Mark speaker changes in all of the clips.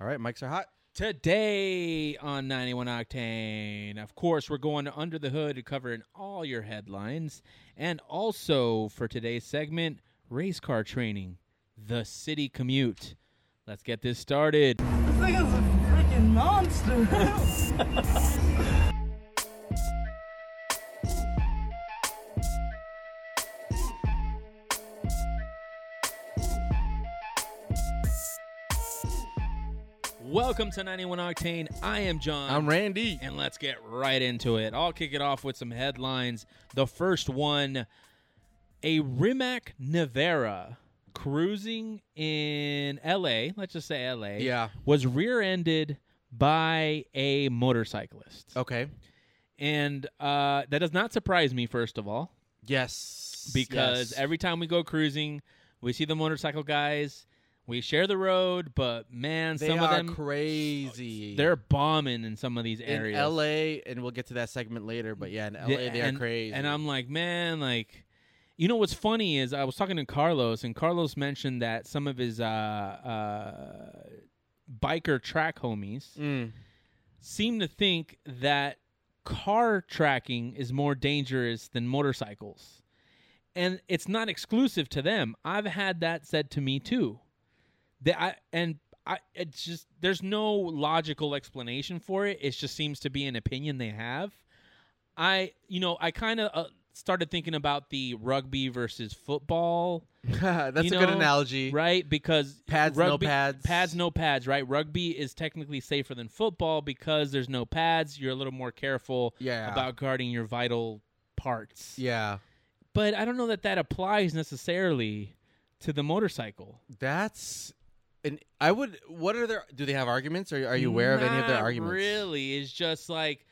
Speaker 1: All right, mics are hot.
Speaker 2: Today on 91 Octane, of course, we're going to Under the Hood covering all your headlines. And also for today's segment, race car training, the city commute. Let's get this started.
Speaker 3: This thing is a freaking monster.
Speaker 2: Welcome to 91 Octane. I am John.
Speaker 1: I'm Randy.
Speaker 2: and let's get right into it. I'll kick it off with some headlines. The first one a Rimac Nevera cruising in LA, let's just say LA,
Speaker 1: Yeah.
Speaker 2: was rear ended by a motorcyclist.
Speaker 1: Okay.
Speaker 2: And uh, that does not surprise me, first of all,
Speaker 1: Yes.
Speaker 2: because
Speaker 1: Yes.
Speaker 2: every time we go cruising, we see the motorcycle guys. We share the road, but man,
Speaker 1: they
Speaker 2: some
Speaker 1: are
Speaker 2: of them
Speaker 1: crazy.
Speaker 2: they're bombing in some of these
Speaker 1: in
Speaker 2: areas.
Speaker 1: LA, and we'll get to that segment later. But yeah, in LA,
Speaker 2: Yeah,
Speaker 1: they are
Speaker 2: and,
Speaker 1: crazy.
Speaker 2: And I'm like, man, like, you know what's funny is I was talking to Carlos, and Carlos mentioned that some of his uh, uh, biker track homies
Speaker 1: Mm.
Speaker 2: seem to think that car tracking is more dangerous than motorcycles. And it's not exclusive to them. I've had that said to me too. That I and I it's just there's no logical explanation for it. It just seems to be an opinion they have. I you know, I kind of uh, started thinking about the rugby versus football
Speaker 1: That's
Speaker 2: You
Speaker 1: a good
Speaker 2: know,
Speaker 1: analogy.
Speaker 2: right? Because
Speaker 1: Pads, no
Speaker 2: rugby,
Speaker 1: pads.
Speaker 2: pads, no pads, right? Rugby is technically safer than football because there's no pads. You're a little more careful
Speaker 1: Yeah.
Speaker 2: about guarding your vital parts.
Speaker 1: yeah.
Speaker 2: But I don't know that that applies necessarily to the motorcycle.
Speaker 1: That's. And I would. What are their? Do they have arguments? Or are you aware of any of their
Speaker 2: Not
Speaker 1: arguments?
Speaker 2: Really, it's just like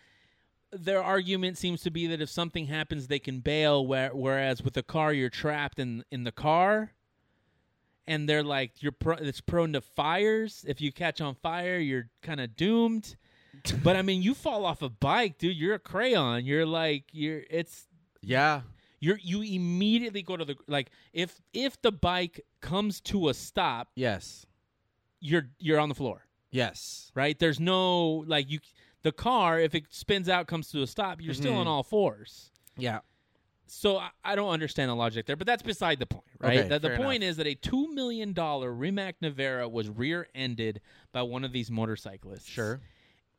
Speaker 2: their argument seems to be that if something happens, they can bail. Where, whereas with a car, you're trapped in in the car, and they're like you're pro- it's prone to fires. If you catch on fire, you're kind of doomed. but I mean, you fall off a bike, dude. You're a crayon. You're like you're it's
Speaker 1: Yeah.
Speaker 2: you're you immediately go to the like if if the bike comes to a stop,
Speaker 1: Yes.
Speaker 2: you're you're on the floor
Speaker 1: Yes.
Speaker 2: right? There's no like you the car if it spins out comes to a stop, you're still
Speaker 1: Mhm.
Speaker 2: on all fours.
Speaker 1: Yeah.
Speaker 2: So I, I don't understand the logic there, but that's beside the point, right?
Speaker 1: Okay,
Speaker 2: that the
Speaker 1: fair
Speaker 2: point is that a two million dollar Rimac Nevera was rear-ended by one of these motorcyclists.
Speaker 1: Sure.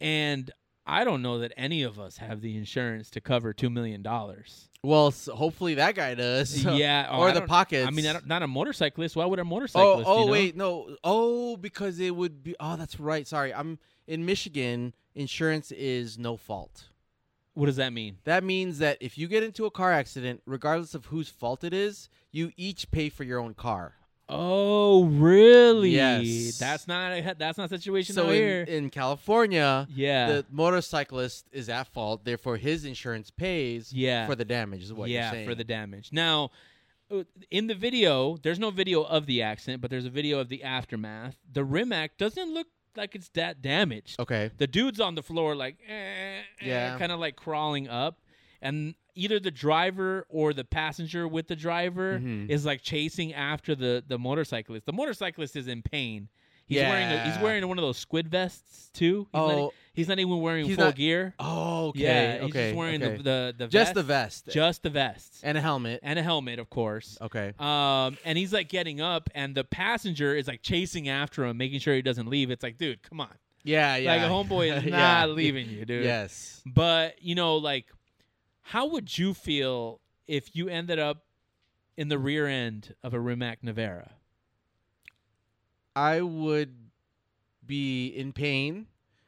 Speaker 2: and I don't know that any of us have the insurance to cover two million dollars.
Speaker 1: Well, s hopefully that guy does.
Speaker 2: yeah, oh,
Speaker 1: or
Speaker 2: I
Speaker 1: the
Speaker 2: don't-
Speaker 1: pockets.
Speaker 2: I mean, I don't, not a motorcyclist. Why would a
Speaker 1: Oh,
Speaker 2: motorcyclist?
Speaker 1: oh
Speaker 2: you know?
Speaker 1: wait, no. Oh, because it would be. Oh, that's right. Sorry, I'm in Michigan. Insurance is no fault.
Speaker 2: What does that mean?
Speaker 1: That means that if you get into a car accident, regardless of whose fault it is, you each pay for your own car.
Speaker 2: Oh, really?
Speaker 1: Yes.
Speaker 2: That's not a, that's not a situation
Speaker 1: So
Speaker 2: out here.
Speaker 1: in, in California,
Speaker 2: yeah.
Speaker 1: the motorcyclist is at fault. Therefore, his insurance pays
Speaker 2: Yeah.
Speaker 1: for the damage. Is what
Speaker 2: yeah,
Speaker 1: you're saying?
Speaker 2: for the damage. Now, uh, in the video, there's no video of the accident, but there's a video of the aftermath. The Rimac doesn't look like it's that damaged.
Speaker 1: okay.
Speaker 2: The dude's on the floor, like, eh,
Speaker 1: Yeah.
Speaker 2: kind of like crawling up, and either the driver or the passenger with the driver
Speaker 1: Mhm.
Speaker 2: is like chasing after the the motorcyclist. The motorcyclist is in pain. He's wearing a, he's
Speaker 1: Yeah.
Speaker 2: wearing one of those squid vests too. He's not, e,
Speaker 1: Oh.
Speaker 2: he's not even wearing
Speaker 1: He's
Speaker 2: full
Speaker 1: not-
Speaker 2: gear.
Speaker 1: Oh, okay.
Speaker 2: yeah,
Speaker 1: okay.
Speaker 2: he's just wearing
Speaker 1: okay.
Speaker 2: the, the the
Speaker 1: just
Speaker 2: vest,
Speaker 1: the vest
Speaker 2: just the vest
Speaker 1: and a helmet.
Speaker 2: and a helmet, of course.
Speaker 1: Okay.
Speaker 2: Um, and he's like getting up, and the passenger is like chasing after him, making sure he doesn't leave. It's like, dude, come on,
Speaker 1: Yeah, yeah.
Speaker 2: like a homeboy is
Speaker 1: Yeah.
Speaker 2: not leaving you, dude.
Speaker 1: Yes.
Speaker 2: But you know, like, how would you feel if you ended up in the rear end of a Rimac Nevera?
Speaker 1: I would be in pain,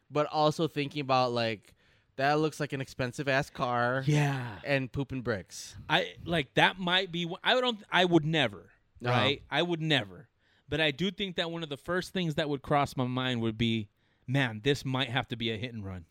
Speaker 1: but also thinking about like that looks like an expensive ass car
Speaker 2: Yeah,
Speaker 1: and pooping bricks.
Speaker 2: I like that might be. I don't. I would never.
Speaker 1: No.
Speaker 2: Right. I would never. But I do think that one of the first things that would cross my mind would be, man, this might have to be a hit and run.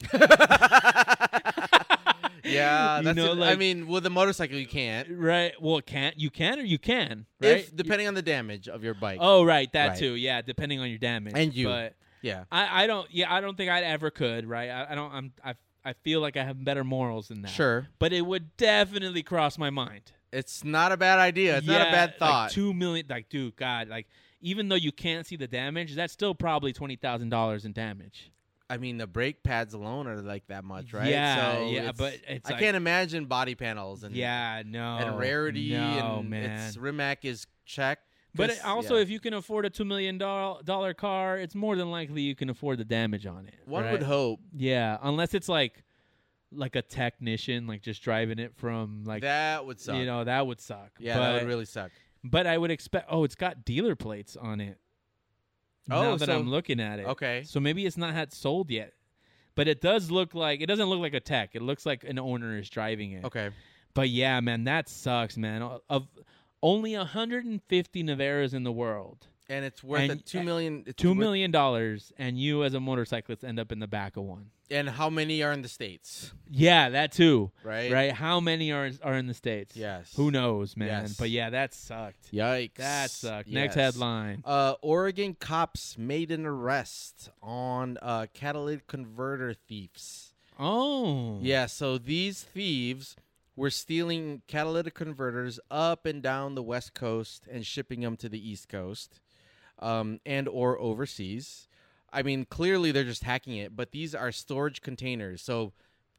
Speaker 1: yeah,
Speaker 2: You
Speaker 1: that's
Speaker 2: know,
Speaker 1: it. I
Speaker 2: like-
Speaker 1: mean, with a motorcycle you can't.
Speaker 2: Right. Well, can't you can or you can, right?
Speaker 1: If depending on the damage of your bike.
Speaker 2: oh, right, that
Speaker 1: Right.
Speaker 2: too. Yeah, depending on your damage
Speaker 1: And you.
Speaker 2: But
Speaker 1: Yeah.
Speaker 2: I, I don't. Yeah, I don't think I'd ever could. Right. I, I don't. I'm. I. I feel like I have better morals than that.
Speaker 1: Sure.
Speaker 2: But it would definitely cross my mind.
Speaker 1: It's not a bad idea. It's not a
Speaker 2: Yeah,
Speaker 1: bad
Speaker 2: like
Speaker 1: thought.
Speaker 2: two million. Like, dude, God, like even though you can't see the damage, that's still probably twenty thousand dollars in damage.
Speaker 1: I mean, the brake pads alone are like that much, right?
Speaker 2: Yeah,
Speaker 1: so
Speaker 2: yeah,
Speaker 1: it's-
Speaker 2: but it's
Speaker 1: I
Speaker 2: like-
Speaker 1: can't imagine body panels and
Speaker 2: yeah, no,
Speaker 1: and rarity
Speaker 2: Oh, no,
Speaker 1: and
Speaker 2: man.
Speaker 1: it's Rimac is check.
Speaker 2: but
Speaker 1: 'cause-
Speaker 2: it- also,
Speaker 1: yeah.
Speaker 2: if you can afford a two million dollar car, it's more than likely you can afford the damage on it.
Speaker 1: one
Speaker 2: right?
Speaker 1: would hope
Speaker 2: yeah, unless it's like like a technician, like just driving it from like
Speaker 1: that would suck.
Speaker 2: you know that would suck.
Speaker 1: yeah,
Speaker 2: but,
Speaker 1: that would really suck.
Speaker 2: But I would expect. Oh, it's got dealer plates on it. now
Speaker 1: Oh,
Speaker 2: that
Speaker 1: so-
Speaker 2: I'm looking at it.
Speaker 1: Okay,
Speaker 2: So maybe it's not had sold yet. But it does look like it doesn't look like a tech. It looks like an owner is driving it.
Speaker 1: okay,
Speaker 2: But yeah, man, that sucks, man. O- Of only 150 Naveras in the world,
Speaker 1: and it's worth
Speaker 2: And-
Speaker 1: a two million. It's
Speaker 2: two
Speaker 1: worth-
Speaker 2: million dollars, and you as a motorcyclist end up in the back of one.
Speaker 1: And how many are in the states?
Speaker 2: Yeah, that too.
Speaker 1: Right.
Speaker 2: Right? How many are are in the states?
Speaker 1: Yes.
Speaker 2: Who knows, man?
Speaker 1: Yes.
Speaker 2: But yeah, that sucked.
Speaker 1: Yikes.
Speaker 2: That sucked. Next
Speaker 1: Yes.
Speaker 2: headline.
Speaker 1: Uh, Oregon cops made an arrest on uh, catalytic converter thieves.
Speaker 2: Oh.
Speaker 1: Yeah, so these thieves were stealing catalytic converters up and down the West Coast and shipping them to the East Coast, um, and or overseas. I mean, clearly they're just hacking it, but these are storage containers, so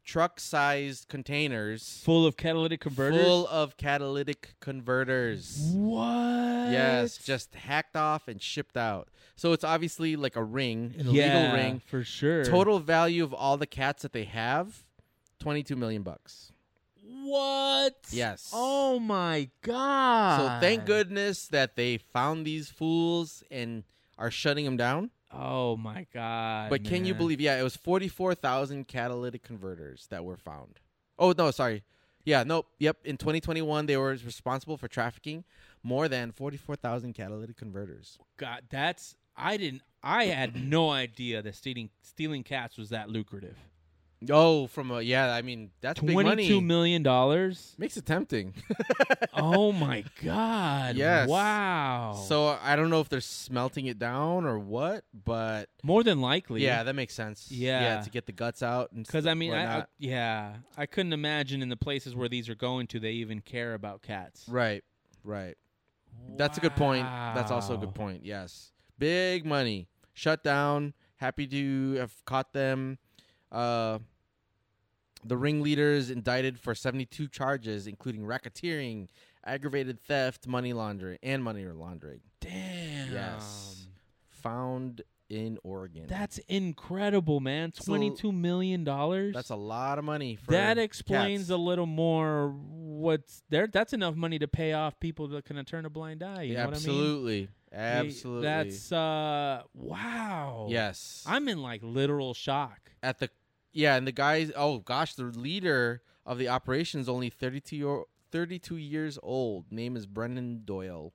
Speaker 1: truck-sized containers
Speaker 2: Full of catalytic converters.
Speaker 1: full of catalytic converters.
Speaker 2: What?
Speaker 1: Yes, just hacked off and shipped out. So it's obviously like a ring, an
Speaker 2: yeah,
Speaker 1: illegal ring.
Speaker 2: for sure.
Speaker 1: Total value of all the cats that they have, twenty-two million bucks.
Speaker 2: What?
Speaker 1: Yes.
Speaker 2: Oh my god.
Speaker 1: So thank goodness that they found these fools and are shutting them down.
Speaker 2: Oh my god.
Speaker 1: But can you
Speaker 2: man.
Speaker 1: believe? Yeah, it was forty-four thousand catalytic converters that were found. Oh no, sorry. Yeah, nope. Yep, in 2021 they were responsible for trafficking more than 44,000 catalytic converters.
Speaker 2: God, that's I didn't. I had no idea that stealing stealing cats was that lucrative.
Speaker 1: Oh, from a yeah, I mean that's big money.
Speaker 2: Twenty two million dollars.
Speaker 1: Makes it tempting.
Speaker 2: oh my god.
Speaker 1: Yes.
Speaker 2: Wow.
Speaker 1: So I don't know if they're smelting it down or what, but
Speaker 2: more than likely.
Speaker 1: yeah, that makes sense.
Speaker 2: Yeah.
Speaker 1: to get the guts out and
Speaker 2: Because I mean, I, I
Speaker 1: whatnot.
Speaker 2: yeah, I couldn't imagine in the places where these are going to, they even care about cats.
Speaker 1: right, right. That's a good point. That's also a
Speaker 2: Wow.
Speaker 1: good point. Yes, big money. Shut down. Happy to have caught them. Uh, the ringleaders indicted for seventy-two charges, including racketeering, aggravated theft, money laundering, and money laundering.
Speaker 2: Damn.
Speaker 1: Yes. Found in Oregon.
Speaker 2: That's incredible, man.
Speaker 1: It's a-
Speaker 2: Twenty-two million dollars.
Speaker 1: That's a lot of money. For
Speaker 2: that explains
Speaker 1: cats.
Speaker 2: a little more what's there. That's enough money to pay off people that can turn a blind eye. You know
Speaker 1: absolutely,
Speaker 2: what I mean?
Speaker 1: absolutely.
Speaker 2: That's uh, wow.
Speaker 1: yes.
Speaker 2: I'm in like literal shock.
Speaker 1: at the yeah, and the guys. Oh gosh, the leader of the operation is only thirty-two year, thirty-two years old. Name is Brennan Doyle.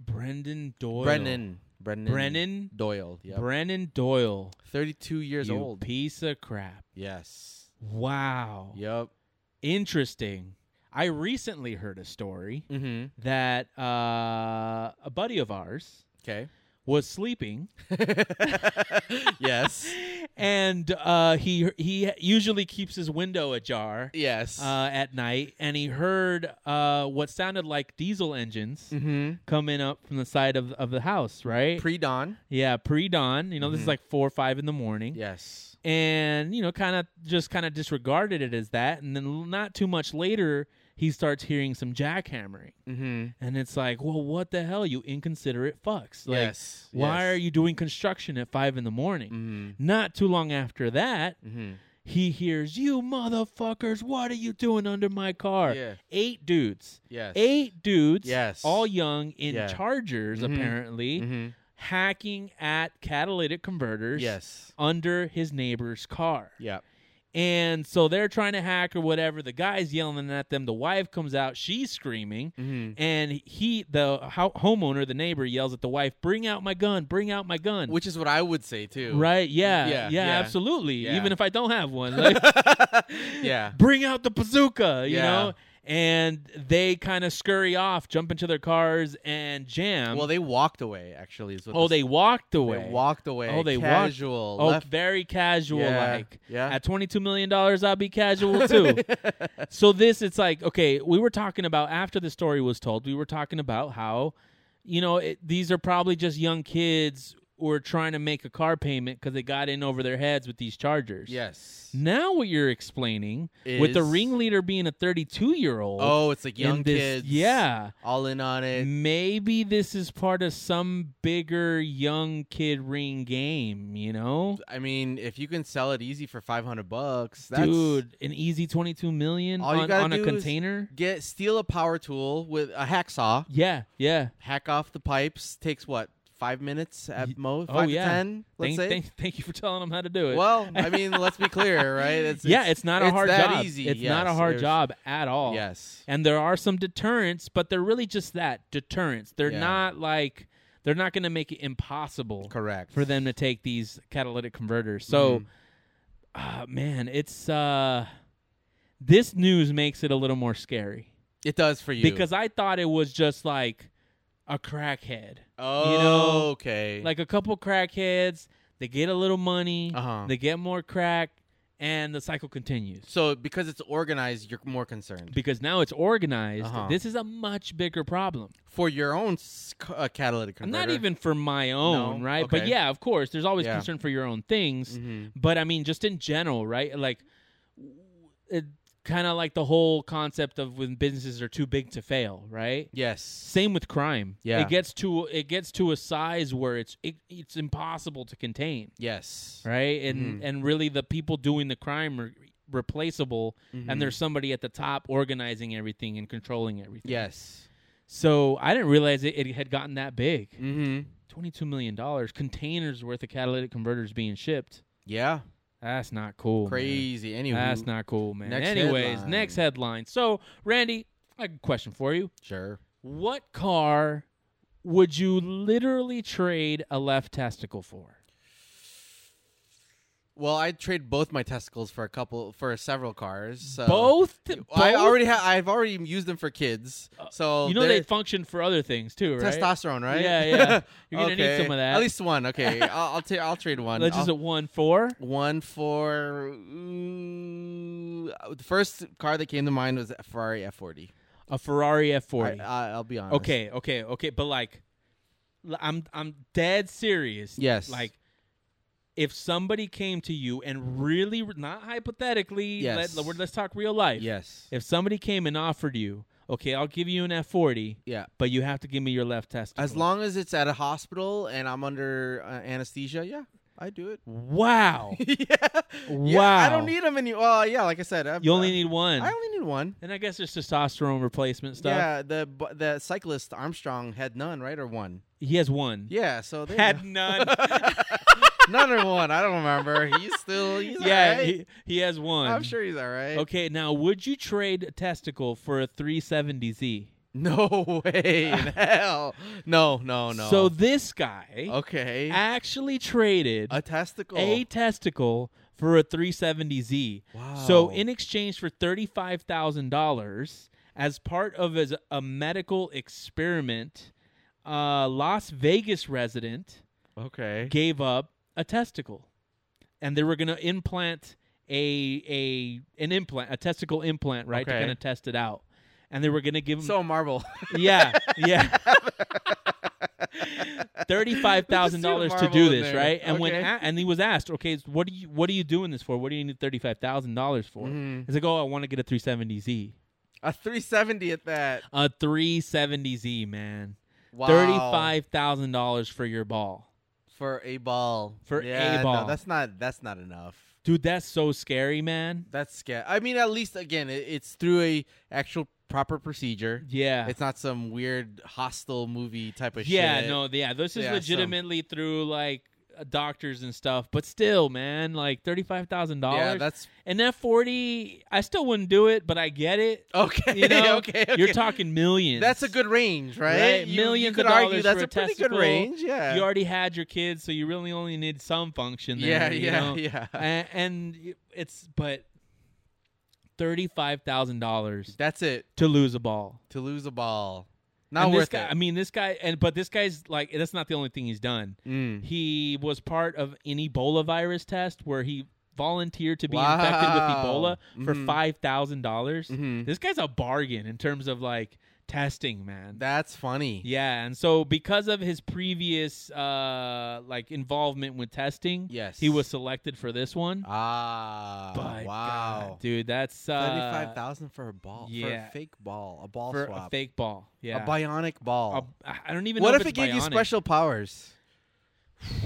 Speaker 2: Brendan Doyle.
Speaker 1: Brennan. Brennan.
Speaker 2: Brennan.
Speaker 1: Doyle. Yeah.
Speaker 2: Brennan Doyle.
Speaker 1: thirty-two years
Speaker 2: you
Speaker 1: old.
Speaker 2: piece of crap.
Speaker 1: yes.
Speaker 2: Wow.
Speaker 1: Yep.
Speaker 2: Interesting. I recently heard a story
Speaker 1: Mm-hmm.
Speaker 2: that uh, a buddy of ours
Speaker 1: Okay.
Speaker 2: was sleeping
Speaker 1: yes.
Speaker 2: and uh, he he usually keeps his window ajar
Speaker 1: Yes.
Speaker 2: uh, at night, and he heard uh, what sounded like diesel engines
Speaker 1: mm-hmm.
Speaker 2: coming up from the side of of the house. Right?
Speaker 1: Pre-dawn.
Speaker 2: yeah, pre dawn. You know, this is
Speaker 1: Mhm.
Speaker 2: like four or five in the morning.
Speaker 1: Yes.
Speaker 2: And you know, kind of just kind of disregarded it as that, and then not too much later, he starts hearing some jackhammering,
Speaker 1: Mm-hmm.
Speaker 2: and it's like, well, what the hell, you inconsiderate fucks! Like,
Speaker 1: yes.
Speaker 2: why
Speaker 1: yes.
Speaker 2: are you doing construction at five in the morning?
Speaker 1: Mm-hmm.
Speaker 2: Not too long after that,
Speaker 1: Mm-hmm.
Speaker 2: he hears, You motherfuckers, what are you doing under my car?
Speaker 1: Yeah.
Speaker 2: Eight dudes.
Speaker 1: Yes.
Speaker 2: Eight dudes,
Speaker 1: Yes.
Speaker 2: all young in
Speaker 1: Yeah.
Speaker 2: chargers,
Speaker 1: Mhm.
Speaker 2: apparently,
Speaker 1: Mm-hmm.
Speaker 2: hacking at catalytic converters
Speaker 1: Yes.
Speaker 2: under his neighbor's car.
Speaker 1: Yeah.
Speaker 2: And so they're trying to hack or whatever. The guy's yelling at them. The wife comes out. She's screaming.
Speaker 1: Mm-hmm.
Speaker 2: And he, the ho- homeowner, the neighbor, yells at the wife, Bring out my gun. Bring out my gun.
Speaker 1: Which is what I would say too.
Speaker 2: Right. Yeah.
Speaker 1: Yeah,
Speaker 2: Yeah.
Speaker 1: yeah.
Speaker 2: absolutely.
Speaker 1: Yeah.
Speaker 2: Even if I don't have one, like,
Speaker 1: yeah.
Speaker 2: bring out the bazooka. You
Speaker 1: Yeah.
Speaker 2: know. And they kind of scurry off, jump into their cars, and jam.
Speaker 1: Well, they walked away. Actually, is what
Speaker 2: oh,
Speaker 1: this-
Speaker 2: they walked
Speaker 1: they
Speaker 2: away.
Speaker 1: walked away.
Speaker 2: Oh, they walked-
Speaker 1: casual.
Speaker 2: oh,
Speaker 1: left-
Speaker 2: very casual.
Speaker 1: Yeah,
Speaker 2: Like
Speaker 1: yeah.
Speaker 2: at twenty two million dollars, I'll be casual too. so this, it's like okay, we were talking about after the story was told, we were talking about how you know, it, these are probably just young kids who are trying to make a car payment because they got in over their heads with these chargers.
Speaker 1: Yes.
Speaker 2: Now what you're explaining with the
Speaker 1: Is-
Speaker 2: ringleader being a 32 year old.
Speaker 1: Oh, it's like young
Speaker 2: this,
Speaker 1: kids.
Speaker 2: Yeah.
Speaker 1: All in on it.
Speaker 2: Maybe this is part of some bigger young kid ring game, you know?
Speaker 1: I mean, if you can sell it easy for 500 bucks, that's
Speaker 2: Dude, an easy 22 million
Speaker 1: All you
Speaker 2: on,
Speaker 1: gotta
Speaker 2: on a
Speaker 1: do is-
Speaker 2: container?
Speaker 1: get steal a power tool with a hacksaw,
Speaker 2: Yeah, yeah.
Speaker 1: hack off the pipes, takes what? 5 minutes
Speaker 2: Ye-
Speaker 1: at most,
Speaker 2: oh,
Speaker 1: 5
Speaker 2: yeah.
Speaker 1: to 10, let's
Speaker 2: Thank,
Speaker 1: say.
Speaker 2: thank, thank you for telling them how to do it.
Speaker 1: Well, I mean, let's be clear, right? It's,
Speaker 2: yeah, it's not a hard
Speaker 1: that
Speaker 2: job.
Speaker 1: Easy.
Speaker 2: It's not a
Speaker 1: Yes,
Speaker 2: hard
Speaker 1: there's-
Speaker 2: job at all.
Speaker 1: Yes.
Speaker 2: And there are some deterrents, but they're really just that deterrents. They're
Speaker 1: Yeah.
Speaker 2: not like they're not going to make it impossible
Speaker 1: Correct.
Speaker 2: for them to take these catalytic converters. So,
Speaker 1: Mhm.
Speaker 2: ah, man, it's uh, this news makes it a little more scary
Speaker 1: It does for you.
Speaker 2: because I thought it was just like a crackhead,
Speaker 1: oh,
Speaker 2: know,
Speaker 1: okay.
Speaker 2: like a couple crackheads. They get a little money,
Speaker 1: Uh-huh.
Speaker 2: they get more crack, and the cycle continues.
Speaker 1: so because it's organized, you're more concerned.
Speaker 2: because now it's organized.
Speaker 1: Uh-huh.
Speaker 2: This is a much bigger problem.
Speaker 1: for your own s- c- uh, catalytic
Speaker 2: And
Speaker 1: converter.
Speaker 2: Not even for my own,
Speaker 1: No?
Speaker 2: right? But
Speaker 1: Okay.
Speaker 2: yeah, of course, there's always
Speaker 1: Yeah.
Speaker 2: concern for your own things.
Speaker 1: Mhm.
Speaker 2: But I mean, just in general, right? Like, it kind of like the whole concept of when businesses are too big to fail, right?
Speaker 1: Yes.
Speaker 2: Same with crime.
Speaker 1: Yeah.
Speaker 2: it gets to it gets to a size where it's it, it's impossible to contain,
Speaker 1: Yes.
Speaker 2: right? And
Speaker 1: Mm-hmm.
Speaker 2: and really, the people doing the crime are replaceable,
Speaker 1: Mm-hmm.
Speaker 2: and there's somebody at the top organizing everything and controlling everything.
Speaker 1: Yes.
Speaker 2: So I didn't realize it, it had gotten that big.
Speaker 1: Mm-hmm.
Speaker 2: $22 million. Containers worth of catalytic converters being shipped.
Speaker 1: Yeah.
Speaker 2: That's not cool. Oh, man.
Speaker 1: Crazy. Anyway.
Speaker 2: That's not cool, man.
Speaker 1: Mm-hmm. Next
Speaker 2: Anyways,
Speaker 1: headline.
Speaker 2: next headline. So, Randy, I got a question for you.
Speaker 1: Sure.
Speaker 2: What car would you literally trade a left testicle for?
Speaker 1: Well, I'd trade both my testicles for a couple for several cars. So.
Speaker 2: both, both.
Speaker 1: Uh,
Speaker 2: Uh,
Speaker 1: I already oh, have. I've already used them for kids. So
Speaker 2: You know they
Speaker 1: they're-
Speaker 2: function for other things too, right?
Speaker 1: testosterone, right?
Speaker 2: Yeah, yeah. You're gonna need
Speaker 1: Okay.
Speaker 2: some of that.
Speaker 1: At least one. Okay, I'll I'll, ta- I'll trade one.
Speaker 2: Let's just
Speaker 1: I'll-
Speaker 2: at one four.
Speaker 1: one for ooh, the first car that came to mind was a Ferrari F40.
Speaker 2: A Ferrari
Speaker 1: I,
Speaker 2: F40.
Speaker 1: I, I'll be honest.
Speaker 2: Okay, okay, okay, but like, l- I'm I'm dead serious.
Speaker 1: Yes.
Speaker 2: Like, if somebody came to you and really, not hypothetically,
Speaker 1: Yes.
Speaker 2: let, us talk real life.
Speaker 1: Yes.
Speaker 2: If somebody came and offered you, okay, I'll give you an F forty,
Speaker 1: Yeah.
Speaker 2: but you have to give me your left testicle.
Speaker 1: As long as it's at a hospital and I'm under uh, anesthesia, yeah, I do it.
Speaker 2: Wow.
Speaker 1: yeah.
Speaker 2: wow.
Speaker 1: Yeah, I don't need them any. Well, yeah, like I said, I've, uh,
Speaker 2: You only need one.
Speaker 1: I only need one.
Speaker 2: and I guess there's testosterone replacement stuff.
Speaker 1: Yeah, the bu- the cyclist Armstrong had none, right, or one?
Speaker 2: He has one.
Speaker 1: Yeah, so there you go.
Speaker 2: Had none.
Speaker 1: None or one. I don't remember. He's still. He's
Speaker 2: yeah,
Speaker 1: all right.
Speaker 2: he, he has one.
Speaker 1: I'm sure he's all right.
Speaker 2: Okay, now would you trade a testicle for a 370Z?
Speaker 1: No way. in hell. No. Oh, No. No.
Speaker 2: So this guy
Speaker 1: okay.
Speaker 2: actually traded
Speaker 1: a testicle.
Speaker 2: a testicle for a 370Z. So
Speaker 1: Wow.
Speaker 2: in exchange for $35,000 as part of his, a medical experiment, a Las Vegas resident
Speaker 1: okay.
Speaker 2: gave up a testicle. And they were going to implant a a an implant, a testicle implant, right, to
Speaker 1: Okay.
Speaker 2: kind of test it out. And they were going to give him
Speaker 1: So a marble.
Speaker 2: yeah, yeah. Thirty-five thousand dollars to
Speaker 1: Marvel
Speaker 2: do
Speaker 1: in
Speaker 2: this,
Speaker 1: there.
Speaker 2: right? And when
Speaker 1: Okay.
Speaker 2: a- and he was asked, okay, so what do you what are you doing this for? What do you need thirty-five thousand dollars for?
Speaker 1: Mhm.
Speaker 2: He's like, oh, I want to get a three seventy Z,
Speaker 1: a 370 at that.
Speaker 2: a three seventy Z, man.
Speaker 1: Wow.
Speaker 2: Thirty-five thousand dollars for your ball,
Speaker 1: for a ball.
Speaker 2: For a
Speaker 1: yeah,
Speaker 2: ball.
Speaker 1: No, that's not. That's not enough.
Speaker 2: dude. That's so scary, man.
Speaker 1: That's scary. I mean, at least again, it, it's through a actual proper procedure.
Speaker 2: Yeah,
Speaker 1: It's not some weird hostile movie type of
Speaker 2: yeah,
Speaker 1: shit.
Speaker 2: no, yeah. This is
Speaker 1: Yeah, so-
Speaker 2: legitimately through like uh, doctors and stuff, but still, man, like thirty-five thousand
Speaker 1: Yeah,
Speaker 2: dollars.
Speaker 1: that's
Speaker 2: An F forty, I still wouldn't do it, but I get it.
Speaker 1: okay.
Speaker 2: You know,
Speaker 1: okay, okay.
Speaker 2: you're talking millions.
Speaker 1: That's a good range, right?
Speaker 2: Right?
Speaker 1: You,
Speaker 2: Millions
Speaker 1: you could
Speaker 2: of
Speaker 1: argue
Speaker 2: dollars
Speaker 1: that's
Speaker 2: for
Speaker 1: a
Speaker 2: a
Speaker 1: pretty
Speaker 2: testicle.
Speaker 1: good range. Yeah.
Speaker 2: You already had your kids, so you really only need some function. There,
Speaker 1: yeah,
Speaker 2: you
Speaker 1: yeah,
Speaker 2: know?
Speaker 1: yeah.
Speaker 2: A- And, it's but thirty five thousand dollars
Speaker 1: that's it.
Speaker 2: to lose a ball.
Speaker 1: To lose a ball, not
Speaker 2: And this
Speaker 1: worth
Speaker 2: guy, I
Speaker 1: it.
Speaker 2: mean, this guy, and but this guy's like, that's not the only thing he's done.
Speaker 1: Mm.
Speaker 2: He was part of an Ebola virus test where he volunteered to be infected with
Speaker 1: Wow.
Speaker 2: Ebola for
Speaker 1: Mhm.
Speaker 2: five thousand dollars.
Speaker 1: Mhm.
Speaker 2: This guy's a bargain in terms of like testing, man.
Speaker 1: That's funny.
Speaker 2: yeah, and so because of his previous uh like involvement with testing,
Speaker 1: Yes.
Speaker 2: he was selected for this one.
Speaker 1: Ah.
Speaker 2: But
Speaker 1: wow.
Speaker 2: God, dude, that's uh,
Speaker 1: Thirty-five thousand for a ball. For
Speaker 2: yeah.
Speaker 1: a fake ball. A ball
Speaker 2: for
Speaker 1: swap.
Speaker 2: a fake ball. Yeah,
Speaker 1: A bionic ball.
Speaker 2: A- I I don't even.
Speaker 1: what
Speaker 2: know
Speaker 1: if it
Speaker 2: it's
Speaker 1: gave you
Speaker 2: bionic.
Speaker 1: special powers?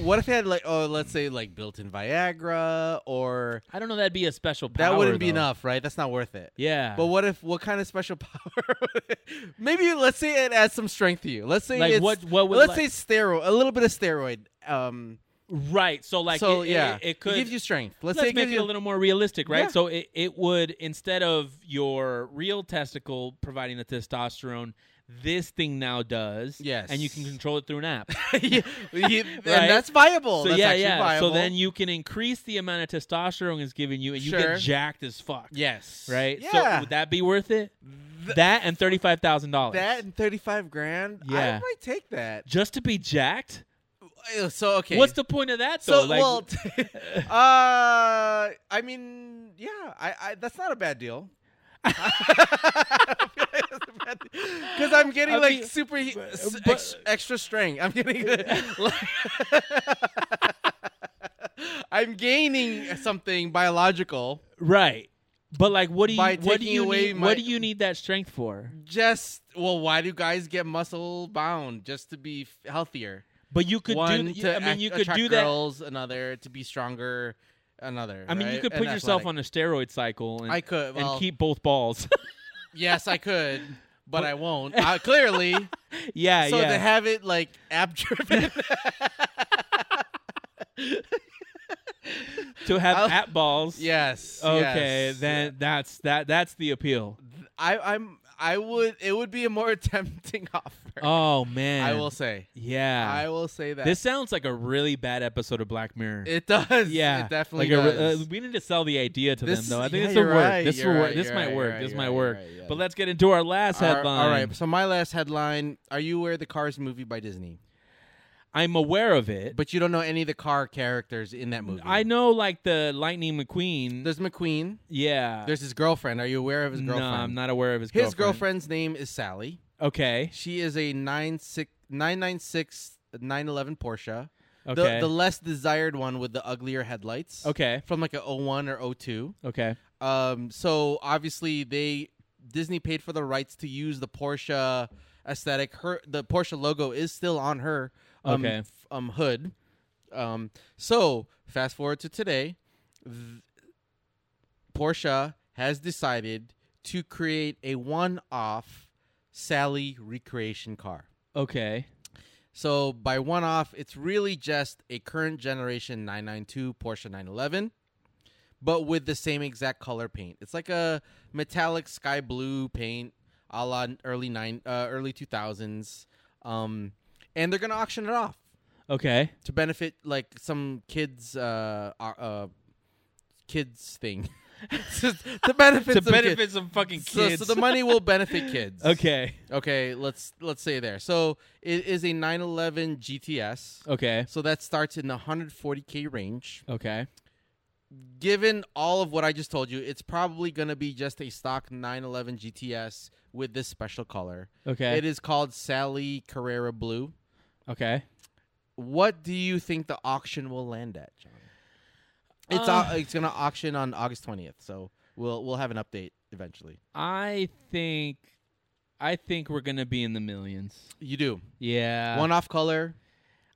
Speaker 1: What if it had like oh let's say like built-in Viagra or
Speaker 2: I don't know. That'd be a special. Power,
Speaker 1: that wouldn't be
Speaker 2: though.
Speaker 1: enough, right? That's not worth it.
Speaker 2: Yeah,
Speaker 1: But what if what kind of special power? Maybe let's say it adds some strength to you. Let's say
Speaker 2: like
Speaker 1: it's,
Speaker 2: what? What would
Speaker 1: let's
Speaker 2: like-
Speaker 1: say steroid, a little bit of steroid. Um,
Speaker 2: right? So like,
Speaker 1: so
Speaker 2: it,
Speaker 1: yeah,
Speaker 2: it, it could
Speaker 1: gives you strength. Let's,
Speaker 2: Let's,
Speaker 1: say it
Speaker 2: make
Speaker 1: gives
Speaker 2: it
Speaker 1: you
Speaker 2: a little more realistic, right?
Speaker 1: Yeah.
Speaker 2: So it, it would instead of your real testicle providing the testosterone, this thing now does.
Speaker 1: Yes.
Speaker 2: and you can control it through an app.
Speaker 1: yeah, yeah, and
Speaker 2: Right?
Speaker 1: that's viable.
Speaker 2: so
Speaker 1: Oh, that's
Speaker 2: yeah,
Speaker 1: actually
Speaker 2: yeah.
Speaker 1: Viable.
Speaker 2: So then you can increase the amount of testosterone is giving you, and you
Speaker 1: Sure.
Speaker 2: get jacked as fuck.
Speaker 1: yes,
Speaker 2: Right.
Speaker 1: Yeah,
Speaker 2: So would that be worth it? that and thirty five thousand dollars.
Speaker 1: that and thirty-five grand. I
Speaker 2: Yeah.
Speaker 1: might take that.
Speaker 2: just to be jacked.
Speaker 1: Uh, So okay,
Speaker 2: What's the point of that though?
Speaker 1: so
Speaker 2: like,
Speaker 1: well? uh, I mean, yeah, I, I that's not a bad deal. Because I'm getting
Speaker 2: I
Speaker 1: like
Speaker 2: mean,
Speaker 1: super he- s-
Speaker 2: but-
Speaker 1: ex- extra strength. I'm getting. I'm gaining something biological.
Speaker 2: right. But like, what do you
Speaker 1: By
Speaker 2: what do
Speaker 1: taking
Speaker 2: you
Speaker 1: away
Speaker 2: need,
Speaker 1: my-
Speaker 2: what do you need that strength for?
Speaker 1: Just well, why do guys get muscle bound just to be f- healthier?
Speaker 2: But you could
Speaker 1: One
Speaker 2: do. th-
Speaker 1: to
Speaker 2: I mean,
Speaker 1: act-
Speaker 2: you could
Speaker 1: attract
Speaker 2: do that.
Speaker 1: girls. Another to be stronger. Another.
Speaker 2: I mean, you
Speaker 1: right?
Speaker 2: could
Speaker 1: And
Speaker 2: put yourself
Speaker 1: athletic.
Speaker 2: on a steroid cycle and,
Speaker 1: I could
Speaker 2: and
Speaker 1: well,
Speaker 2: keep both balls.
Speaker 1: Yes, I could, but I won't. Uh, clearly,
Speaker 2: yeah,
Speaker 1: so
Speaker 2: yeah.
Speaker 1: to have it like app driven.
Speaker 2: to have
Speaker 1: I'll-
Speaker 2: at balls.
Speaker 1: yes.
Speaker 2: Okay,
Speaker 1: yes.
Speaker 2: then that's that. That's the appeal.
Speaker 1: I, I'm. I would. It would be a more tempting offer.
Speaker 2: Oh man.
Speaker 1: I will say. I
Speaker 2: Yeah.
Speaker 1: will say that
Speaker 2: this sounds like a really bad episode of Black Mirror.
Speaker 1: it does.
Speaker 2: yeah,
Speaker 1: it definitely
Speaker 2: like a re-
Speaker 1: does.
Speaker 2: uh, we need to sell the idea to
Speaker 1: This-
Speaker 2: them, though. I think
Speaker 1: yeah,
Speaker 2: this will
Speaker 1: you're
Speaker 2: work.
Speaker 1: right,
Speaker 2: this
Speaker 1: you're
Speaker 2: will work.
Speaker 1: right,
Speaker 2: This
Speaker 1: you're
Speaker 2: might
Speaker 1: right,
Speaker 2: work.
Speaker 1: you're
Speaker 2: this
Speaker 1: right,
Speaker 2: might
Speaker 1: you're
Speaker 2: work.
Speaker 1: right, yeah.
Speaker 2: But let's get into our last
Speaker 1: Our-
Speaker 2: headline.
Speaker 1: all right. So my last headline: Are you aware of the Cars movie by Disney?
Speaker 2: I'm aware of it.
Speaker 1: But you don't know any of the car characters in that movie.
Speaker 2: I know, like the Lightning McQueen.
Speaker 1: There's McQueen.
Speaker 2: yeah.
Speaker 1: There's his girlfriend. Are you aware of his girlfriend?
Speaker 2: No, I'm not aware of his
Speaker 1: His
Speaker 2: girlfriend.
Speaker 1: girlfriend's name is Sally.
Speaker 2: Okay.
Speaker 1: She is a 96 996 911 Porsche. The-
Speaker 2: Okay.
Speaker 1: The, less desired one with the uglier headlights.
Speaker 2: okay.
Speaker 1: From like a 01 or 02.
Speaker 2: Okay.
Speaker 1: Um, so obviously they Disney paid for the rights to use the Porsche aesthetic. Her the Porsche logo is still on her um,
Speaker 2: Okay.
Speaker 1: f- um hood. Um, so fast forward to today, th- Porsche has decided to create a one-off Sally recreation car.
Speaker 2: Okay.
Speaker 1: So by one off, it's really just a current generation 992 Porsche 911, but with the same exact color paint. It's like a metallic sky blue paint, a la early nine uh, early 2000s. Um, and they're gonna auction it off
Speaker 2: Okay.
Speaker 1: to benefit like some kids uh, uh, uh kids thing. to to benefit
Speaker 2: to
Speaker 1: some
Speaker 2: benefit
Speaker 1: kids.
Speaker 2: some fucking
Speaker 1: So-
Speaker 2: kids.
Speaker 1: so the money will benefit kids.
Speaker 2: okay.
Speaker 1: Okay, let's let's say there. So it is a 911 GTS.
Speaker 2: Okay.
Speaker 1: So that starts in the 140k range.
Speaker 2: Okay.
Speaker 1: Given all of what I just told you, it's probably going to be just a stock 911 GTS with this special color.
Speaker 2: Okay.
Speaker 1: It is called Sally Carrera Blue.
Speaker 2: okay.
Speaker 1: What do you think the auction will land at, John? It's
Speaker 2: Uh,
Speaker 1: au- it's going to auction on August 20th, so we'll we'll have an update eventually.
Speaker 2: I think. I think we're gonna be in the millions.
Speaker 1: You do.
Speaker 2: Yeah.
Speaker 1: One off color.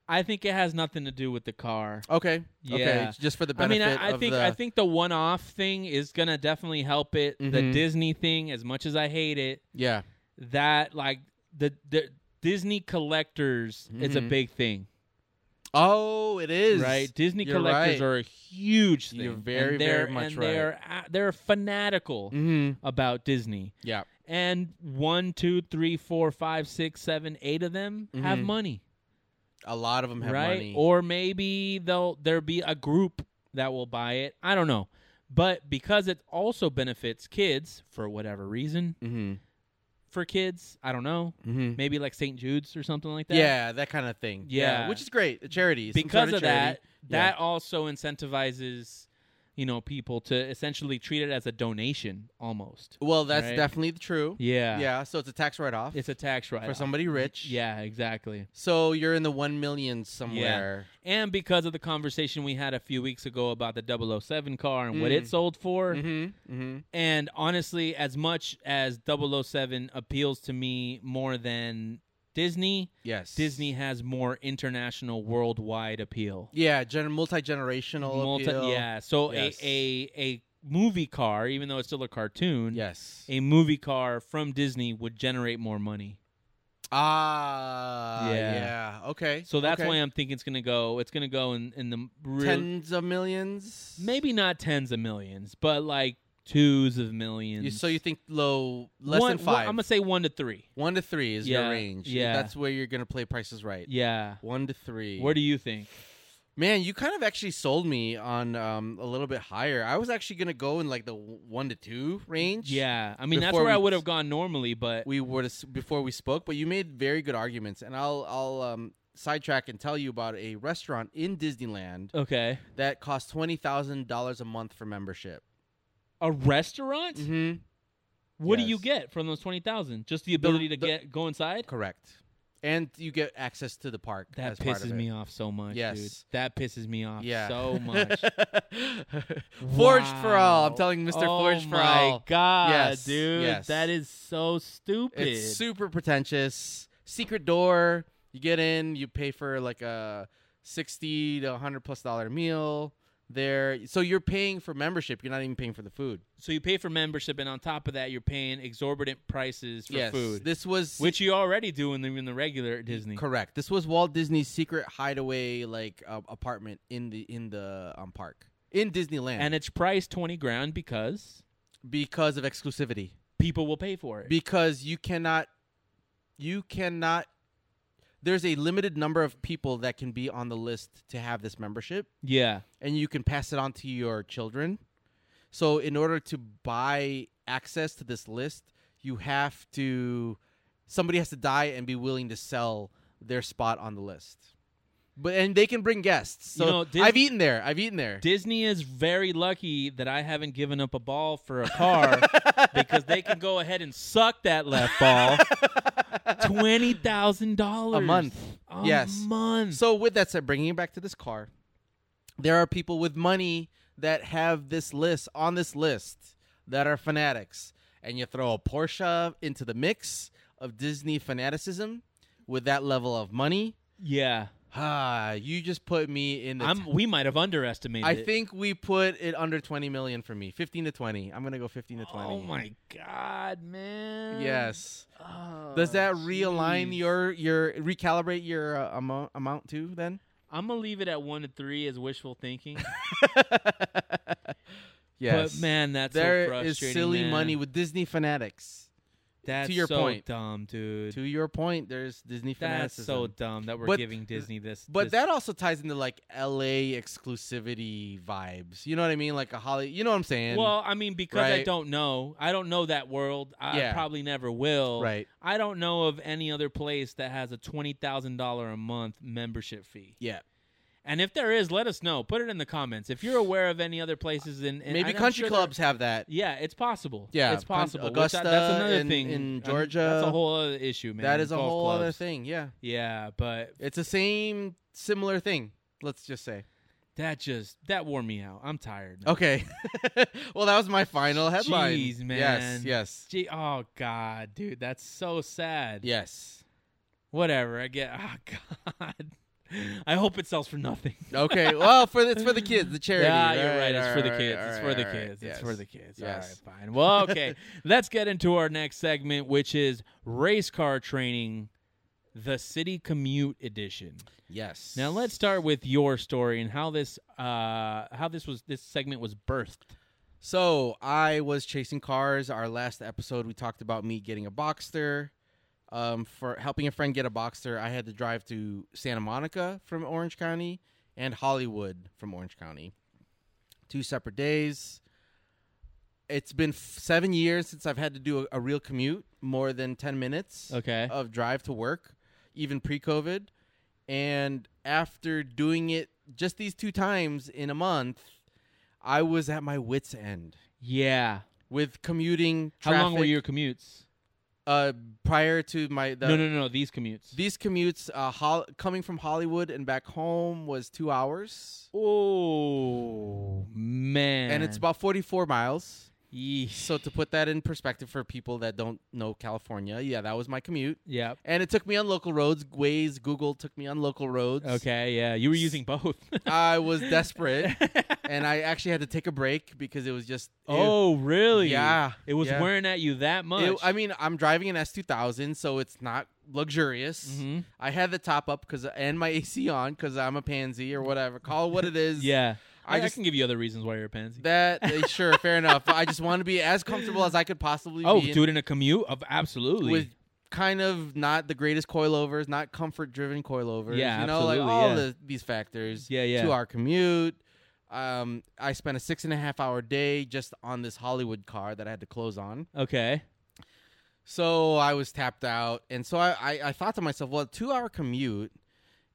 Speaker 2: I think it has nothing to do with the car.
Speaker 1: Okay. Okay.
Speaker 2: Yeah.
Speaker 1: It's Just for the
Speaker 2: I mean,
Speaker 1: benefit
Speaker 2: I, I
Speaker 1: of
Speaker 2: think
Speaker 1: the
Speaker 2: I think the one-off thing is gonna definitely help it.
Speaker 1: Mhm.
Speaker 2: The Disney thing, as much as I hate it,
Speaker 1: Yeah.
Speaker 2: that like the the Disney collectors, it's a
Speaker 1: Mhm.
Speaker 2: big thing,
Speaker 1: Oh, it is.
Speaker 2: right? Disney
Speaker 1: You're
Speaker 2: collectors
Speaker 1: right.
Speaker 2: are a huge thing.
Speaker 1: You're
Speaker 2: and
Speaker 1: very,
Speaker 2: they're-
Speaker 1: very much
Speaker 2: and
Speaker 1: right.
Speaker 2: They're a- they're fanatical
Speaker 1: Mhm.
Speaker 2: about Disney,
Speaker 1: Yeah.
Speaker 2: and one, two, three, four, five, six, seven, eight of them have
Speaker 1: Mhm.
Speaker 2: money,
Speaker 1: A lot of them have
Speaker 2: right?
Speaker 1: money.
Speaker 2: Or maybe they'll there be a group that will buy it. I don't know. But because it also benefits kids for whatever reason,
Speaker 1: mm-hmm.
Speaker 2: for kids, I don't know,
Speaker 1: Mm-hmm.
Speaker 2: maybe like St. Jude's or something like that.
Speaker 1: Yeah, that kind of thing.
Speaker 2: Yeah.
Speaker 1: which is great. A charity. some
Speaker 2: Because
Speaker 1: sort
Speaker 2: of that,
Speaker 1: charity.
Speaker 2: that also incentivizes you know, people to essentially treat it as a donation almost.
Speaker 1: Well, that's
Speaker 2: Right.
Speaker 1: definitely true.
Speaker 2: Yeah.
Speaker 1: Yeah. So it's a tax write off
Speaker 2: It's a tax write
Speaker 1: for somebody rich.
Speaker 2: Yeah, exactly.
Speaker 1: So you're in the one million somewhere.
Speaker 2: And because of the conversation we had a few weeks ago about the 007 car and what
Speaker 1: Mm.
Speaker 2: it sold for,
Speaker 1: Mm-hmm. Mm-hmm.
Speaker 2: and honestly, as much as 007 appeals to me more than Disney,
Speaker 1: Yes.
Speaker 2: Disney has more international worldwide appeal.
Speaker 1: Yeah. Gen- multi generational
Speaker 2: Multi-
Speaker 1: appeal.
Speaker 2: Yeah. So
Speaker 1: Yes.
Speaker 2: a, a a movie car, even though it's still a cartoon,
Speaker 1: Yes.
Speaker 2: a movie car from Disney would generate more money.
Speaker 1: Ah.
Speaker 2: Yeah.
Speaker 1: Yeah. Okay.
Speaker 2: So that's
Speaker 1: okay.
Speaker 2: why I'm thinking it's gonna go. It's gonna go in in the real,
Speaker 1: tens of millions.
Speaker 2: maybe not tens of millions, but like twos of millions.
Speaker 1: You, so you think low, less
Speaker 2: One-
Speaker 1: than
Speaker 2: one-
Speaker 1: five?
Speaker 2: I'm gonna say one to three.
Speaker 1: one to three is
Speaker 2: Yeah,
Speaker 1: your range.
Speaker 2: yeah.
Speaker 1: That's where you're gonna play prices right.
Speaker 2: Yeah.
Speaker 1: One to three.
Speaker 2: What do you think?
Speaker 1: Man, you kind of actually sold me on um, a little bit higher. I was actually gonna go in like the w- one to two range.
Speaker 2: Yeah. I mean, that's
Speaker 1: Before
Speaker 2: where I
Speaker 1: we-
Speaker 2: would have gone normally, but
Speaker 1: we were to, before we spoke, but you made very good arguments, and I'll I'll um, sidetrack and tell you about a restaurant in Disneyland
Speaker 2: okay.
Speaker 1: that costs twenty thousand dollars a month for membership.
Speaker 2: A restaurant?
Speaker 1: Mm-hmm.
Speaker 2: What do you
Speaker 1: Yes.
Speaker 2: get from those twenty thousand? Just the ability to
Speaker 1: the-
Speaker 2: get go inside?
Speaker 1: Correct, and you get access to the park.
Speaker 2: That
Speaker 1: as part
Speaker 2: pisses
Speaker 1: of it.
Speaker 2: me off so much, dude.
Speaker 1: Yes.
Speaker 2: That pisses me off
Speaker 1: Yeah.
Speaker 2: Uh, so much.
Speaker 1: Forged for all. I'm
Speaker 2: Wow.
Speaker 1: telling Mr.
Speaker 2: Oh
Speaker 1: Forged for
Speaker 2: my
Speaker 1: all.
Speaker 2: God,
Speaker 1: Yes,
Speaker 2: dude,
Speaker 1: yes.
Speaker 2: that is so stupid.
Speaker 1: It's super pretentious. Secret door. You get in. You pay for like a sixty to hundred plus dollar meal there. So you're paying for membership. You're not even paying for the food.
Speaker 2: so you pay for membership, and on top of that, you're paying exorbitant prices for
Speaker 1: yes,
Speaker 2: food,
Speaker 1: this was
Speaker 2: which you already do in the, in the regular at Disney.
Speaker 1: correct. This was Walt Disney's secret hideaway like uh, apartment in the in the um, park in Disneyland,
Speaker 2: And it's priced twenty grand because
Speaker 1: because of exclusivity.
Speaker 2: people will pay for it.
Speaker 1: because you cannot you cannot there's a limited number of people that can be on the list to have this membership
Speaker 2: yeah,
Speaker 1: and you can pass it on to your children so in order to buy access to this list you have to somebody has to die and be willing to sell their spot on the list but and they can bring guests so
Speaker 2: You know, Dis-
Speaker 1: i've eaten there i've eaten there
Speaker 2: Disney is very lucky that I haven't given up a ball for a car because they can go ahead and suck that left ball. Twenty thousand dollars
Speaker 1: A month.
Speaker 2: A
Speaker 1: Yes.
Speaker 2: month.
Speaker 1: So with that said, bringing it back to this car, there are people with money that have this list on this list that are fanatics, and you throw a Porsche into the mix of Disney fanaticism with that level of money.
Speaker 2: yeah,
Speaker 1: Ah, you just put me in the.
Speaker 2: I'm.
Speaker 1: t-
Speaker 2: We might have underestimated.
Speaker 1: I
Speaker 2: it.
Speaker 1: think we put it under twenty million for me, fifteen to twenty. I'm gonna go fifteen to twenty.
Speaker 2: Oh my god, man.
Speaker 1: Yes.
Speaker 2: Oh,
Speaker 1: Does that realign
Speaker 2: jeez.
Speaker 1: your your recalibrate your uh, amount amount too? Then
Speaker 2: I'm gonna leave it at one to three as wishful thinking.
Speaker 1: yes.
Speaker 2: But man, that's so
Speaker 1: There is
Speaker 2: frustrating.
Speaker 1: silly
Speaker 2: man.
Speaker 1: money with Disney fanatics.
Speaker 2: That's
Speaker 1: your
Speaker 2: so
Speaker 1: point.
Speaker 2: dumb, dude.
Speaker 1: To your point, there's Disney
Speaker 2: That's
Speaker 1: fanaticism.
Speaker 2: so dumb that we're
Speaker 1: But-
Speaker 2: giving Disney this.
Speaker 1: but
Speaker 2: this-
Speaker 1: that also ties into like LA exclusivity vibes. You know what I mean? Like a Holly. You know what I'm saying?
Speaker 2: Well, I mean, because I
Speaker 1: right?
Speaker 2: don't know, I don't know that world. I
Speaker 1: Yeah.
Speaker 2: probably never will.
Speaker 1: right.
Speaker 2: I don't know of any other place that has a twenty thousand dollar a month membership fee.
Speaker 1: Yeah.
Speaker 2: And if there is, let us know. Put it in the comments if you're aware of any other places. In, in
Speaker 1: Maybe
Speaker 2: and I'm
Speaker 1: country
Speaker 2: sure there-
Speaker 1: clubs have that.
Speaker 2: Yeah, it's possible.
Speaker 1: Yeah,
Speaker 2: it's
Speaker 1: con-
Speaker 2: possible. Which I-
Speaker 1: Augusta
Speaker 2: that's another
Speaker 1: in-
Speaker 2: thing
Speaker 1: in
Speaker 2: Um, That's
Speaker 1: Georgia.
Speaker 2: a whole other issue, man.
Speaker 1: that is a
Speaker 2: golf
Speaker 1: whole other
Speaker 2: clubs.
Speaker 1: thing. Yeah.
Speaker 2: Yeah, but
Speaker 1: It's the same similar thing. Let's just say.
Speaker 2: that just that wore me out. I'm tired. now.
Speaker 1: Okay. well, that was my final headline.
Speaker 2: Jeez, man.
Speaker 1: Yes. Yes.
Speaker 2: Gee, oh god, dude, that's so sad.
Speaker 1: Yes.
Speaker 2: Whatever. I get. Oh god. I hope it sells for nothing.
Speaker 1: Okay. well, for it's for the kids, the charity.
Speaker 2: Yeah, you're right.
Speaker 1: all
Speaker 2: It's for the
Speaker 1: all
Speaker 2: kids.
Speaker 1: all
Speaker 2: It's
Speaker 1: right,
Speaker 2: for the
Speaker 1: all right,
Speaker 2: kids. It's
Speaker 1: yes.
Speaker 2: for the kids.
Speaker 1: Yes.
Speaker 2: All right, fine. Well, okay. Let's get into our next segment, which is race car training, the city commute edition.
Speaker 1: Yes.
Speaker 2: Now let's start with your story and how this uh how this was this segment was birthed.
Speaker 1: So I was chasing cars. Our last episode, we talked about me getting a Boxster. Um, for helping a friend get a Boxster, I had to drive to Santa Monica from Orange County and Hollywood from Orange County. Two separate days. It's been f- seven years since I've had to do a, a real commute, more than 10 minutes
Speaker 2: Okay.
Speaker 1: of drive to work, even pre COVID. And after doing it just these two times in a month, I was at my wits' end
Speaker 2: Yeah.
Speaker 1: with commuting.
Speaker 2: How long were
Speaker 1: traffic,
Speaker 2: your commutes?
Speaker 1: Uh, prior to my the,
Speaker 2: no, no, no, no. These commutes.
Speaker 1: these commutes, uh, hol- coming from Hollywood and back home was two hours,
Speaker 2: oh man.
Speaker 1: and it's about forty-four miles.
Speaker 2: Yeesh.
Speaker 1: So to put that in perspective for people that don't know California, yeah, that was my commute,
Speaker 2: Yep.
Speaker 1: and it took me on local roads. Waze, Google took me on local roads.
Speaker 2: Okay. Yeah. You were using both.
Speaker 1: I was desperate, and I actually had to take a break because it was just. it-
Speaker 2: oh, really?
Speaker 1: Yeah,
Speaker 2: It was
Speaker 1: yeah.
Speaker 2: wearing at you that much.
Speaker 1: it- I mean, I'm driving an S2000, so it's not luxurious.
Speaker 2: Mhm.
Speaker 1: I had the top up because and my AC on because I'm a pansy or whatever. Call it what it is.
Speaker 2: Yeah.
Speaker 1: I
Speaker 2: I, I
Speaker 1: just-
Speaker 2: can give you other reasons why you're a pansy.
Speaker 1: That eh, sure, fair enough. I just want to be as comfortable as I could possibly
Speaker 2: oh,
Speaker 1: be. in-
Speaker 2: do it in a commute? Of absolutely.
Speaker 1: with kind of not the greatest coilovers, not comfort driven coilovers.
Speaker 2: Yeah,
Speaker 1: you know, like
Speaker 2: absolutely,
Speaker 1: all
Speaker 2: yeah.
Speaker 1: the, these factors.
Speaker 2: Yeah, yeah.
Speaker 1: Two hour commute. Um, I spent a six and a half hour day just on this Hollywood car that I had to close on.
Speaker 2: okay.
Speaker 1: So I was tapped out, and so I, I, I thought to myself, well, a two hour commute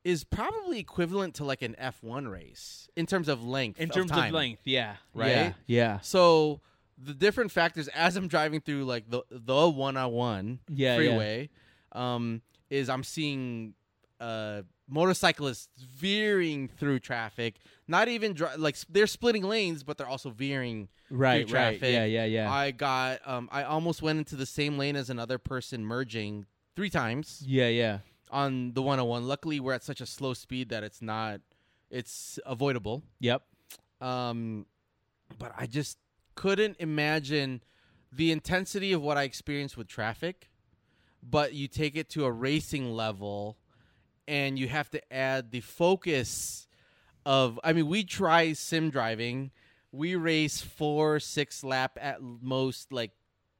Speaker 1: is probably equivalent to like an F one race in terms of length.
Speaker 2: In terms
Speaker 1: time.
Speaker 2: of length, yeah.
Speaker 1: Right?
Speaker 2: Yeah. Yeah.
Speaker 1: So the different factors as I'm driving through like the the one on one
Speaker 2: Yeah, yeah.
Speaker 1: freeway um is I'm seeing uh motorcyclists veering through traffic, not even dri- like s- they're splitting lanes but they're also veering
Speaker 2: Right. Right.
Speaker 1: traffic.
Speaker 2: Yeah. Yeah. Yeah.
Speaker 1: I got um I almost went into the same lane as another person merging three times
Speaker 2: yeah. Yeah.
Speaker 1: on the 101. Luckily, we're at such a slow speed that it's not it's avoidable.
Speaker 2: Yep.
Speaker 1: Um, but I just couldn't imagine the intensity of what I experienced with traffic. But you take it to a racing level, and you have to add the focus of. I mean, we try sim driving. We race four, six lap at most, like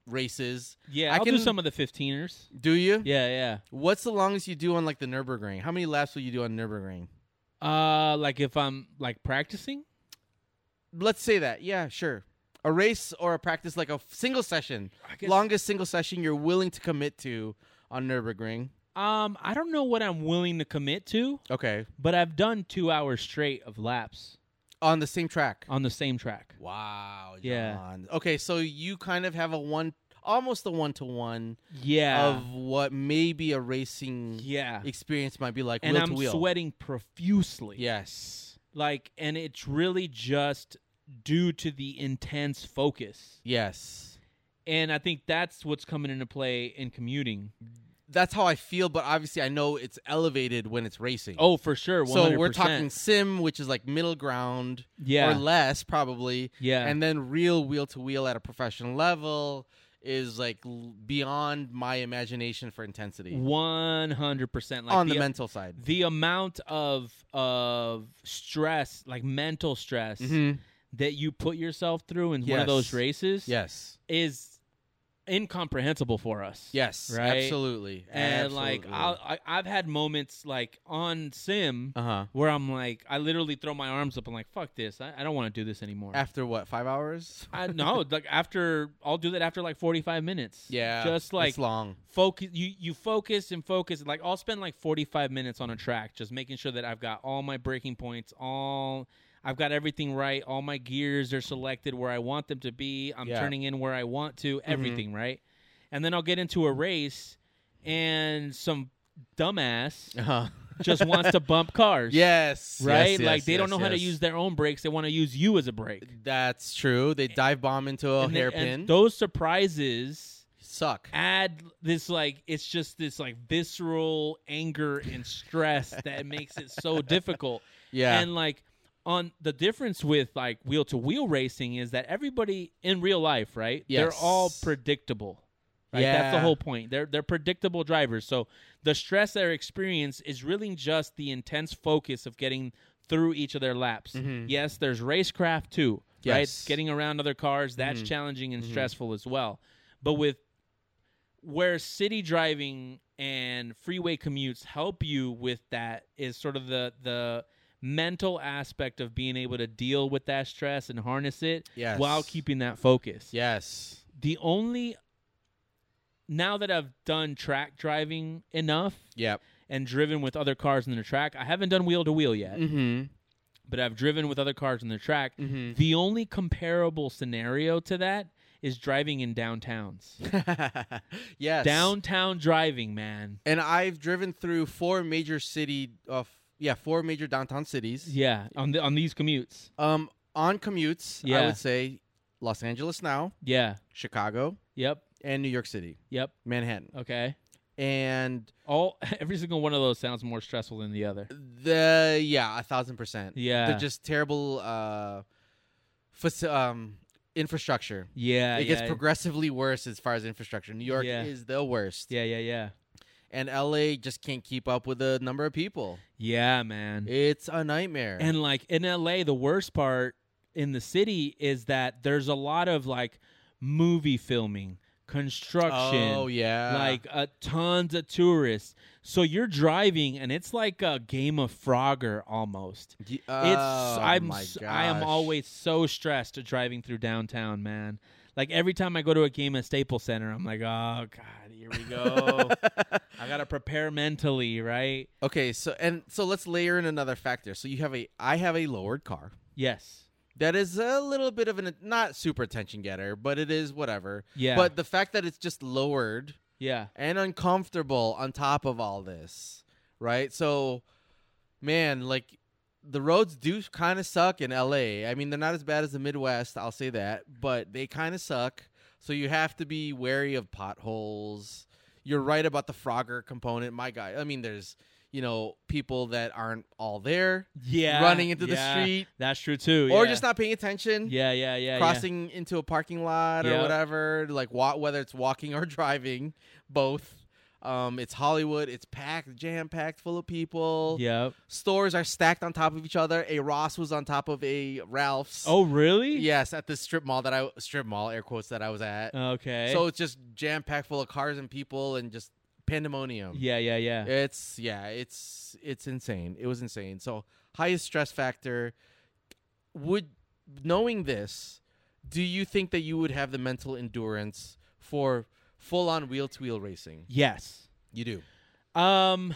Speaker 1: races.
Speaker 2: Yeah.
Speaker 1: I
Speaker 2: I will do
Speaker 1: can-
Speaker 2: some of the 15ers.
Speaker 1: Do you?
Speaker 2: Yeah. Yeah.
Speaker 1: What's the longest you do on like the Nurburgring? How many laps will you do on Nurburgring?
Speaker 2: Uh, like if I'm like practicing.
Speaker 1: Let's say that. Yeah, sure. A race or a practice, like a f- single session.
Speaker 2: I guess-
Speaker 1: longest single session you're willing to commit to on Nurburgring.
Speaker 2: Um, I don't know what I'm willing to commit to,
Speaker 1: Okay.
Speaker 2: but I've done two hours straight of laps
Speaker 1: On the same track.
Speaker 2: on the same track.
Speaker 1: Wow.
Speaker 2: Yeah.
Speaker 1: John. Okay, so you kind of have a one, almost a one to one
Speaker 2: Yeah.
Speaker 1: of what maybe a racing
Speaker 2: yeah.
Speaker 1: experience might be like
Speaker 2: And
Speaker 1: wheel
Speaker 2: I'm
Speaker 1: to wheel.
Speaker 2: sweating profusely.
Speaker 1: Yes.
Speaker 2: Like, and it's really just due to the intense focus.
Speaker 1: Yes.
Speaker 2: And I think that's what's coming into play in commuting.
Speaker 1: That's how I feel, but obviously I know it's elevated when it's racing.
Speaker 2: Oh, for sure. 100%.
Speaker 1: so we're talking sim, which is like middle ground
Speaker 2: yeah.
Speaker 1: or less probably.
Speaker 2: yeah.
Speaker 1: and then real wheel to wheel at a professional level is like l- beyond my imagination for intensity
Speaker 2: 100%. Like
Speaker 1: on the,
Speaker 2: the uh,
Speaker 1: mental side.
Speaker 2: the amount of of stress, like mental stress, that you put yourself through in one
Speaker 1: Mm-hmm. Yes.
Speaker 2: of those races,
Speaker 1: Yes,
Speaker 2: is incomprehensible for us.
Speaker 1: yes,
Speaker 2: Right?
Speaker 1: absolutely,
Speaker 2: and like I'll, I, I've had moments like on sim
Speaker 1: uh huh.
Speaker 2: where I'm like, I literally throw my arms up and like, fuck this, I, I don't want to do this anymore.
Speaker 1: After what, five hours?
Speaker 2: I, no, like after I'll do that after like 45 minutes.
Speaker 1: Yeah,
Speaker 2: just like
Speaker 1: it's long.
Speaker 2: focus you you focus and focus like i'll spend like 45 minutes on a track just making sure that i've got all my breaking points all i've got everything right all my gears are selected where i want them to be i'm
Speaker 1: Yeah. Mm-hmm.
Speaker 2: turning in where i want to everything right and then i'll get into a race and some dumbass
Speaker 1: Uh-huh.
Speaker 2: just wants to bump cars
Speaker 1: yes, yes,
Speaker 2: right like
Speaker 1: yes,
Speaker 2: they don't
Speaker 1: yes,
Speaker 2: know how to
Speaker 1: yes.
Speaker 2: use their own brakes they want to use you as a brake
Speaker 1: That's true. They dive bomb into a
Speaker 2: And they- and
Speaker 1: hairpin.
Speaker 2: those surprises
Speaker 1: Suck.
Speaker 2: add this like it's just this like visceral anger and stress that makes it so difficult
Speaker 1: Yeah,
Speaker 2: and like on the difference with like wheel to wheel racing is that everybody in real life right they're all
Speaker 1: Yes.
Speaker 2: predictable right that's the
Speaker 1: Yeah.
Speaker 2: whole point they're they're predictable drivers so the stress they experience is really just the intense focus of getting through each of their laps
Speaker 1: Mhm.
Speaker 2: yes there's racecraft too
Speaker 1: Yes.
Speaker 2: right getting around other cars that's
Speaker 1: Mhm.
Speaker 2: challenging and
Speaker 1: Mhm.
Speaker 2: stressful as well but with where city driving and freeway commutes help you with that is sort of the the mental aspect of being able to deal with that stress and harness it
Speaker 1: yes.
Speaker 2: while keeping that focus.
Speaker 1: Yes.
Speaker 2: The only now that I've done track driving enough
Speaker 1: Yep.
Speaker 2: and driven with other cars in the track, I haven't done wheel to wheel yet.
Speaker 1: Mm-hmm.
Speaker 2: but I've driven with other cars on the track.
Speaker 1: Mhm.
Speaker 2: The only comparable scenario to that is driving in downtowns.
Speaker 1: yes.
Speaker 2: Downtown driving, man.
Speaker 1: And I've driven through four major city of yeah, four major downtown cities.
Speaker 2: Yeah, on the, on these commutes.
Speaker 1: Um, on commutes, I
Speaker 2: Yeah.
Speaker 1: would say Los Angeles now,
Speaker 2: Yeah.
Speaker 1: Chicago,
Speaker 2: Yep.
Speaker 1: and New York City,
Speaker 2: Yep.
Speaker 1: Manhattan,
Speaker 2: Okay.
Speaker 1: and
Speaker 2: All every single one of those sounds more stressful than the other.
Speaker 1: the yeah, a thousand percent.
Speaker 2: Yeah.
Speaker 1: they're just terrible. Uh, faci- um, infrastructure.
Speaker 2: Yeah.
Speaker 1: it
Speaker 2: yeah,
Speaker 1: gets progressively worse as far as infrastructure. New York
Speaker 2: Yeah.
Speaker 1: is the worst,
Speaker 2: Yeah, yeah, yeah.
Speaker 1: and LA just can't keep up with the number of people.
Speaker 2: Yeah, man.
Speaker 1: It's a nightmare.
Speaker 2: Mm. And like in LA, the worst part in the city is that there's a lot of like movie filming, construction,
Speaker 1: oh yeah,
Speaker 2: like uh, tons of tourists. So you're driving and it's like a game of Frogger almost.
Speaker 1: Ye-
Speaker 2: It's
Speaker 1: oh,
Speaker 2: I'm
Speaker 1: my
Speaker 2: s- I am
Speaker 1: gosh.
Speaker 2: always so stressed driving through downtown, man. Like every time I go to a game at Staples Center, I'm like, oh god, here we go. I gotta prepare mentally, right?
Speaker 1: Okay, so and so let's layer in another factor. So you have a I have a lowered car.
Speaker 2: Yes.
Speaker 1: That is a little bit of an not super attention getter, but it is whatever.
Speaker 2: Yeah.
Speaker 1: But the fact that it's just lowered
Speaker 2: yeah.
Speaker 1: and uncomfortable on top of all this, right? So man, like the roads do kind of suck in LA. I mean, they're not as bad as the Midwest, I'll say that, but they kind of suck. So you have to be wary of potholes. You're right about the Frogger component. My guy, I mean, there's, you know, people that aren't all there
Speaker 2: Yeah.
Speaker 1: running into
Speaker 2: yeah.
Speaker 1: the street
Speaker 2: That's true too.
Speaker 1: or
Speaker 2: Oh, yeah.
Speaker 1: just not paying attention.
Speaker 2: Yeah, yeah, yeah. yeah.
Speaker 1: Crossing into a parking lot or
Speaker 2: Yeah.
Speaker 1: whatever, like wa- whether it's walking or driving, both. Um, it's Hollywood. It's packed, jam packed, full of people.
Speaker 2: Yep.
Speaker 1: Stores are stacked on top of each other. A Ross was on top of a Ralph's.
Speaker 2: Oh, really?
Speaker 1: yes, at this strip mall that I strip mall air quotes that I was at.
Speaker 2: Okay.
Speaker 1: So it's just jam packed full of cars and people and just pandemonium.
Speaker 2: yeah, yeah, yeah.
Speaker 1: It's yeah, it's it's insane. It was insane. So highest stress factor. Would knowing this, do you think that you would have the mental endurance for full on wheel to wheel racing?
Speaker 2: Yes.
Speaker 1: You do.
Speaker 2: Um.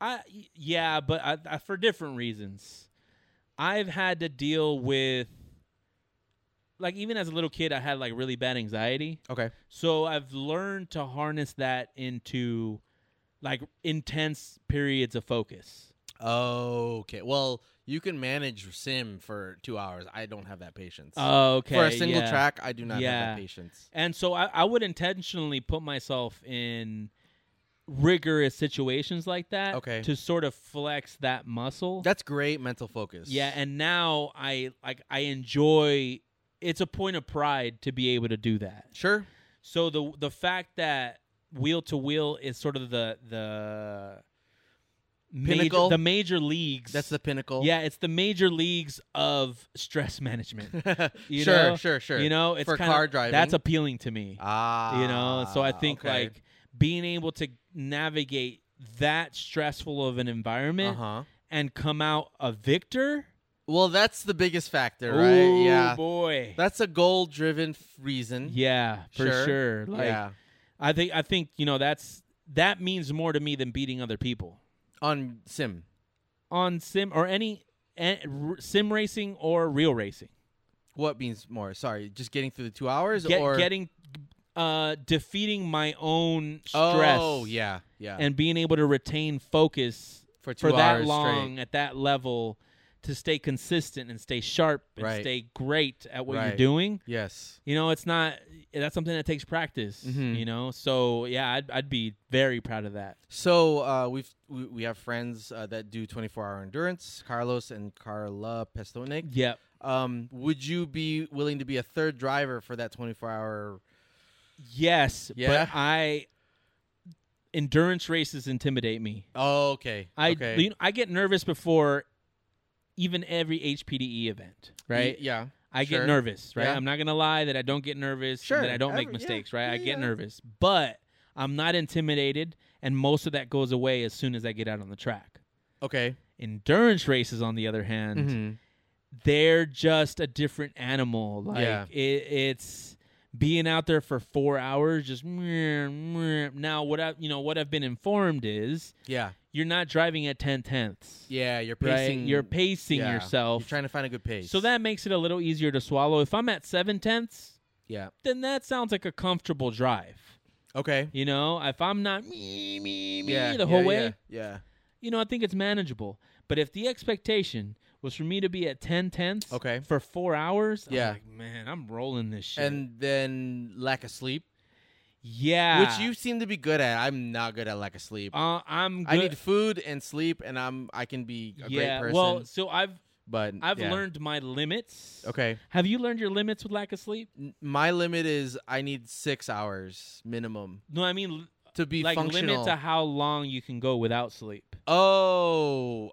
Speaker 2: I y- yeah, but I, I, for different reasons, I've had to deal with. Like even as a little kid, I had like really bad anxiety.
Speaker 1: Okay.
Speaker 2: So I've learned to harness that into like intense periods of focus.
Speaker 1: Okay. Well, you can manage sim for two hours. I don't have that patience.
Speaker 2: Okay.
Speaker 1: for a single
Speaker 2: yeah.
Speaker 1: track, I do not have
Speaker 2: Yeah.
Speaker 1: that patience.
Speaker 2: And so I, I would intentionally put myself in rigorous situations like that
Speaker 1: Okay.
Speaker 2: to sort of flex that muscle.
Speaker 1: That's great mental focus.
Speaker 2: yeah, and now I like I enjoy it's a point of pride to be able to do that.
Speaker 1: sure.
Speaker 2: So the the fact that wheel to wheel is sort of the the
Speaker 1: Pinnacle?
Speaker 2: major, the major leagues.
Speaker 1: That's the pinnacle.
Speaker 2: yeah, it's the major leagues of stress management. You
Speaker 1: sure,
Speaker 2: know?
Speaker 1: sure, sure.
Speaker 2: You know, it's
Speaker 1: For
Speaker 2: kinda-
Speaker 1: car driving.
Speaker 2: That's appealing to me.
Speaker 1: ah,
Speaker 2: you know so i think
Speaker 1: okay.
Speaker 2: like being able to navigate that stressful of an environment
Speaker 1: Uh-huh.
Speaker 2: and come out a victor
Speaker 1: Well, that's the biggest factor, right?
Speaker 2: Ooh,
Speaker 1: yeah.
Speaker 2: boy
Speaker 1: That's a goal-driven f- reason.
Speaker 2: yeah for
Speaker 1: Sure.
Speaker 2: sure, like
Speaker 1: yeah.
Speaker 2: i think i think you know that's that means more to me than beating other people
Speaker 1: On sim.
Speaker 2: on sim or any eh, r- sim racing or real racing
Speaker 1: What means more? Sorry, just getting through the 2 hours
Speaker 2: Get,
Speaker 1: or
Speaker 2: getting uh defeating my own stress
Speaker 1: Oh, yeah. Yeah.
Speaker 2: and being able to retain focus
Speaker 1: for 2
Speaker 2: for
Speaker 1: hours
Speaker 2: that
Speaker 1: straight.
Speaker 2: long at that level to stay consistent and stay sharp and
Speaker 1: Right.
Speaker 2: stay great at what
Speaker 1: Right.
Speaker 2: you're doing.
Speaker 1: Yes.
Speaker 2: You know, it's not that's something that takes practice.
Speaker 1: Mhm.
Speaker 2: You know, so yeah, I'd I'd be very proud of that.
Speaker 1: So, uh, we've we, we have friends uh, that do 24-hour endurance, Carlos and Carla Pestonik.
Speaker 2: Yep.
Speaker 1: Um, would you be willing to be a third driver for that 24-hour
Speaker 2: Yes.
Speaker 1: Yeah.
Speaker 2: But I endurance races intimidate me.
Speaker 1: Oh, okay.
Speaker 2: I
Speaker 1: okay.
Speaker 2: you know, I get nervous before even every HPDE E event, right?
Speaker 1: Y- Yeah.
Speaker 2: I
Speaker 1: Sure.
Speaker 2: get nervous, right?
Speaker 1: Yeah.
Speaker 2: I'm not gonna lie that I don't get nervous, and
Speaker 1: Sure.
Speaker 2: that I don't
Speaker 1: Every-
Speaker 2: make
Speaker 1: yeah.
Speaker 2: mistakes, right?
Speaker 1: Yeah,
Speaker 2: I get
Speaker 1: yeah.
Speaker 2: nervous, but I'm not intimidated, and most of that goes away as soon as I get out on the track.
Speaker 1: Okay.
Speaker 2: Endurance races, on the other hand,
Speaker 1: Mm-hmm.
Speaker 2: they're just a different animal. Like
Speaker 1: Yeah.
Speaker 2: it, it's being out there for four hours, just now. What I, you know, what I've been informed is
Speaker 1: Yeah.
Speaker 2: you're not driving at 10 tenths.
Speaker 1: Yeah, you're
Speaker 2: right?
Speaker 1: pacing.
Speaker 2: You're pacing
Speaker 1: yeah,
Speaker 2: yourself.
Speaker 1: You're trying to find a good pace.
Speaker 2: so that makes it a little easier to swallow. If I'm at 7 tenths,
Speaker 1: yeah.
Speaker 2: then that sounds like a comfortable drive.
Speaker 1: Okay.
Speaker 2: You know, if I'm not me, me, me
Speaker 1: Yeah.
Speaker 2: the whole
Speaker 1: yeah,
Speaker 2: way,
Speaker 1: Yeah. yeah.
Speaker 2: you know, I think it's manageable. But if the expectation was for me to be at 10 tenths
Speaker 1: Okay.
Speaker 2: for four hours, I'm
Speaker 1: Yeah.
Speaker 2: like, man, I'm rolling this shit.
Speaker 1: And then lack of sleep,
Speaker 2: yeah.
Speaker 1: which you seem to be good at. I'm not good at lack of sleep.
Speaker 2: Uh, I'm
Speaker 1: I
Speaker 2: good-
Speaker 1: need food and sleep, and I'm I can be a
Speaker 2: yeah,
Speaker 1: great person.
Speaker 2: well, so I've
Speaker 1: but
Speaker 2: I've
Speaker 1: yeah.
Speaker 2: learned my limits.
Speaker 1: Okay,
Speaker 2: Have you learned your limits with lack of sleep?
Speaker 1: N- my limit is I need six hours minimum
Speaker 2: No, I mean
Speaker 1: to be
Speaker 2: like
Speaker 1: functional.
Speaker 2: limit to how long you can go without sleep.
Speaker 1: oh,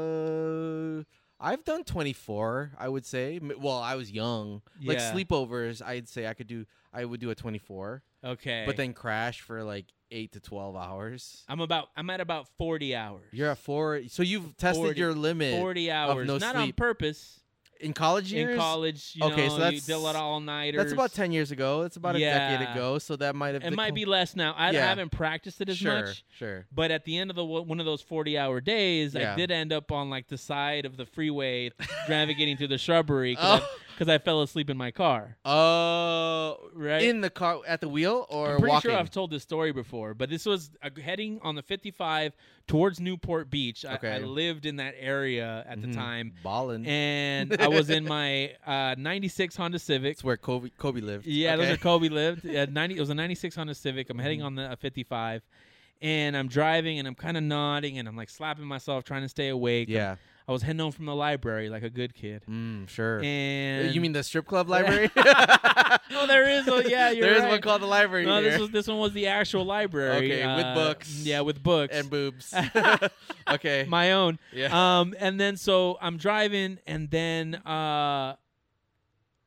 Speaker 1: uh, I've done 24. I would say. M- Well, I was young. Like
Speaker 2: Yeah.
Speaker 1: sleepovers, I'd say I could do. I would do a 24,
Speaker 2: Okay. Uh,
Speaker 1: but then crash for like eight to 12 hours.
Speaker 2: I'm about I'm at about 40 hours.
Speaker 1: You're at four, so you've tested
Speaker 2: 40
Speaker 1: your limit
Speaker 2: 40 hours,
Speaker 1: no
Speaker 2: not on
Speaker 1: sleep.
Speaker 2: purpose.
Speaker 1: in college years.
Speaker 2: In college, you
Speaker 1: Okay,
Speaker 2: know,
Speaker 1: so that's-
Speaker 2: you deal it all nighters.
Speaker 1: That's about 10 years ago. That's about a decade
Speaker 2: Yeah.
Speaker 1: ago. So that might have
Speaker 2: It might
Speaker 1: decl-
Speaker 2: be less now. I,
Speaker 1: Yeah.
Speaker 2: I haven't practiced it as
Speaker 1: sure,
Speaker 2: much.
Speaker 1: Sure.
Speaker 2: But at the end of the one of those 40 hour days,
Speaker 1: Yeah.
Speaker 2: I did end up on like the side of the freeway navigating through the shrubbery because
Speaker 1: Oh.
Speaker 2: I, fell asleep in my car.
Speaker 1: Uh,
Speaker 2: Right?
Speaker 1: in the car at the wheel or
Speaker 2: I'm pretty
Speaker 1: walking?
Speaker 2: sure I've told this story before, but this was uh, heading on the 55 towards Newport Beach. I,
Speaker 1: Okay.
Speaker 2: I lived in that area at
Speaker 1: Mhm.
Speaker 2: the time,
Speaker 1: Ballin.
Speaker 2: and I was in my uh, 96 Honda Civic.
Speaker 1: it's where Kobe Kobe lived.
Speaker 2: Yeah,
Speaker 1: okay. Mm-hmm.
Speaker 2: those are Kobe lived. Uh, 90, it was a 96 Honda Civic. I'm heading on the a 55, and I'm driving, and I'm kind of nodding, and I'm like slapping myself, trying to stay awake.
Speaker 1: Yeah.
Speaker 2: I was heading home from the library like a good kid.
Speaker 1: Mm, sure. Uh,
Speaker 2: And
Speaker 1: you mean the strip club library?
Speaker 2: oh, there is. Oh, yeah, you're
Speaker 1: There is
Speaker 2: right.
Speaker 1: one called the library
Speaker 2: No,
Speaker 1: here.
Speaker 2: this was this one was the actual library.
Speaker 1: Okay,
Speaker 2: uh,
Speaker 1: with books.
Speaker 2: Yeah, with books
Speaker 1: and boobs. okay.
Speaker 2: my own.
Speaker 1: yeah.
Speaker 2: Um, and then so I'm driving, and then uh,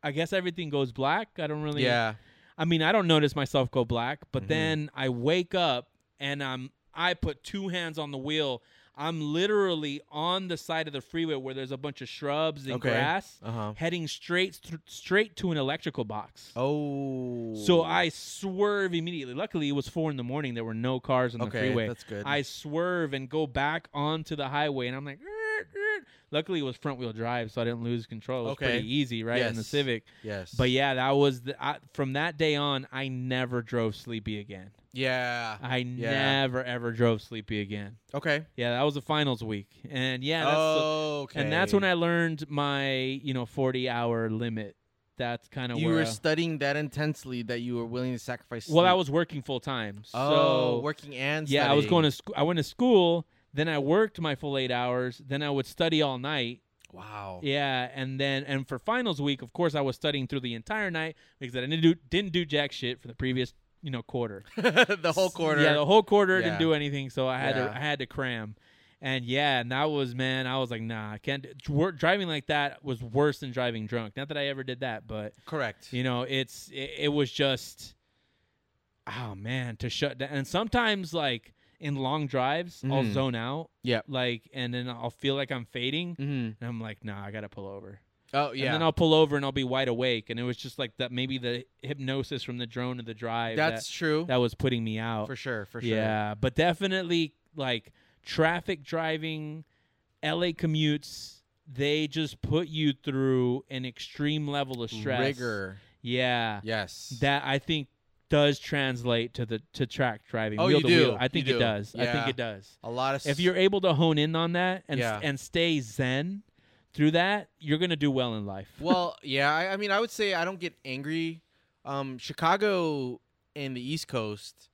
Speaker 2: I guess everything goes black. I don't really.
Speaker 1: yeah.
Speaker 2: I mean, I don't notice myself go black, but
Speaker 1: Mhm.
Speaker 2: then I wake up and I'm I put two hands on the wheel. I'm literally on the side of the freeway where there's a bunch of shrubs and
Speaker 1: Okay.
Speaker 2: grass,
Speaker 1: Uh huh.
Speaker 2: heading straight th- straight to an electrical box.
Speaker 1: Oh.
Speaker 2: So I swerve immediately. Luckily, it was four in the morning. There were no cars on the
Speaker 1: Okay,
Speaker 2: freeway.
Speaker 1: that's good.
Speaker 2: I swerve and go back onto the highway, and I'm like, "Er, er." luckily it was front wheel drive, so I didn't lose control. It was
Speaker 1: Okay.
Speaker 2: pretty easy, right, in the
Speaker 1: Yes.
Speaker 2: Civic.
Speaker 1: yes.
Speaker 2: But yeah, that was the, I, from that day on. I never drove sleepy again.
Speaker 1: yeah.
Speaker 2: I
Speaker 1: Yeah.
Speaker 2: never ever drove sleepy again.
Speaker 1: Okay.
Speaker 2: Yeah, that was the finals week, and yeah, that's the-
Speaker 1: okay.
Speaker 2: and that's when I learned my you know 40 hour limit. That's kind of
Speaker 1: you
Speaker 2: where
Speaker 1: were
Speaker 2: I-
Speaker 1: studying that intensely that you were willing to sacrifice.
Speaker 2: well, I
Speaker 1: sleep.
Speaker 2: was working full time, so
Speaker 1: oh working and
Speaker 2: yeah, I was going
Speaker 1: studying.
Speaker 2: to school. I went to school, then I worked my full eight hours, then I would study all night.
Speaker 1: wow
Speaker 2: Yeah, and then and for finals week, of course, I was studying through the entire night because I didn't do didn't do jack shit for the previous you know quarter.
Speaker 1: the whole quarter
Speaker 2: Yeah, the whole quarter
Speaker 1: Yeah.
Speaker 2: didn't do anything, so I had
Speaker 1: Yeah.
Speaker 2: to I had to cram. And yeah, and that was man, I was like, nah, I can't. do- dr- Driving like that was worse than driving drunk. Not that I ever did that, but
Speaker 1: correct
Speaker 2: you know, it's it, it was just oh man, to shut down. And sometimes like in long drives, I'll
Speaker 1: Mhm.
Speaker 2: zone out.
Speaker 1: Yep.
Speaker 2: Like and then I'll feel like I'm fading
Speaker 1: mm-hmm.
Speaker 2: and I'm like, "Nah, I got to pull over."
Speaker 1: oh yeah
Speaker 2: And then I'll pull over and I'll be wide awake and it was just like that maybe the hypnosis from the drone of the drive
Speaker 1: that's true
Speaker 2: that, that was putting me out.
Speaker 1: for sure for sure
Speaker 2: Yeah, but definitely like traffic driving, LA commutes, they just put you through an extreme level of stress.
Speaker 1: rigor
Speaker 2: Yeah
Speaker 1: yes
Speaker 2: that I think does translate to the to track driving.
Speaker 1: Oh,
Speaker 2: wheel
Speaker 1: you
Speaker 2: to wheel.
Speaker 1: do.
Speaker 2: I think
Speaker 1: You
Speaker 2: it
Speaker 1: do.
Speaker 2: does. I
Speaker 1: Yeah.
Speaker 2: think it does.
Speaker 1: a lot of s-
Speaker 2: If you're able to hone in on that and
Speaker 1: Yeah.
Speaker 2: and stay zen through that, you're gonna do well in life.
Speaker 1: well yeah I, I mean I would say I don't get angry um Chicago and the East Coast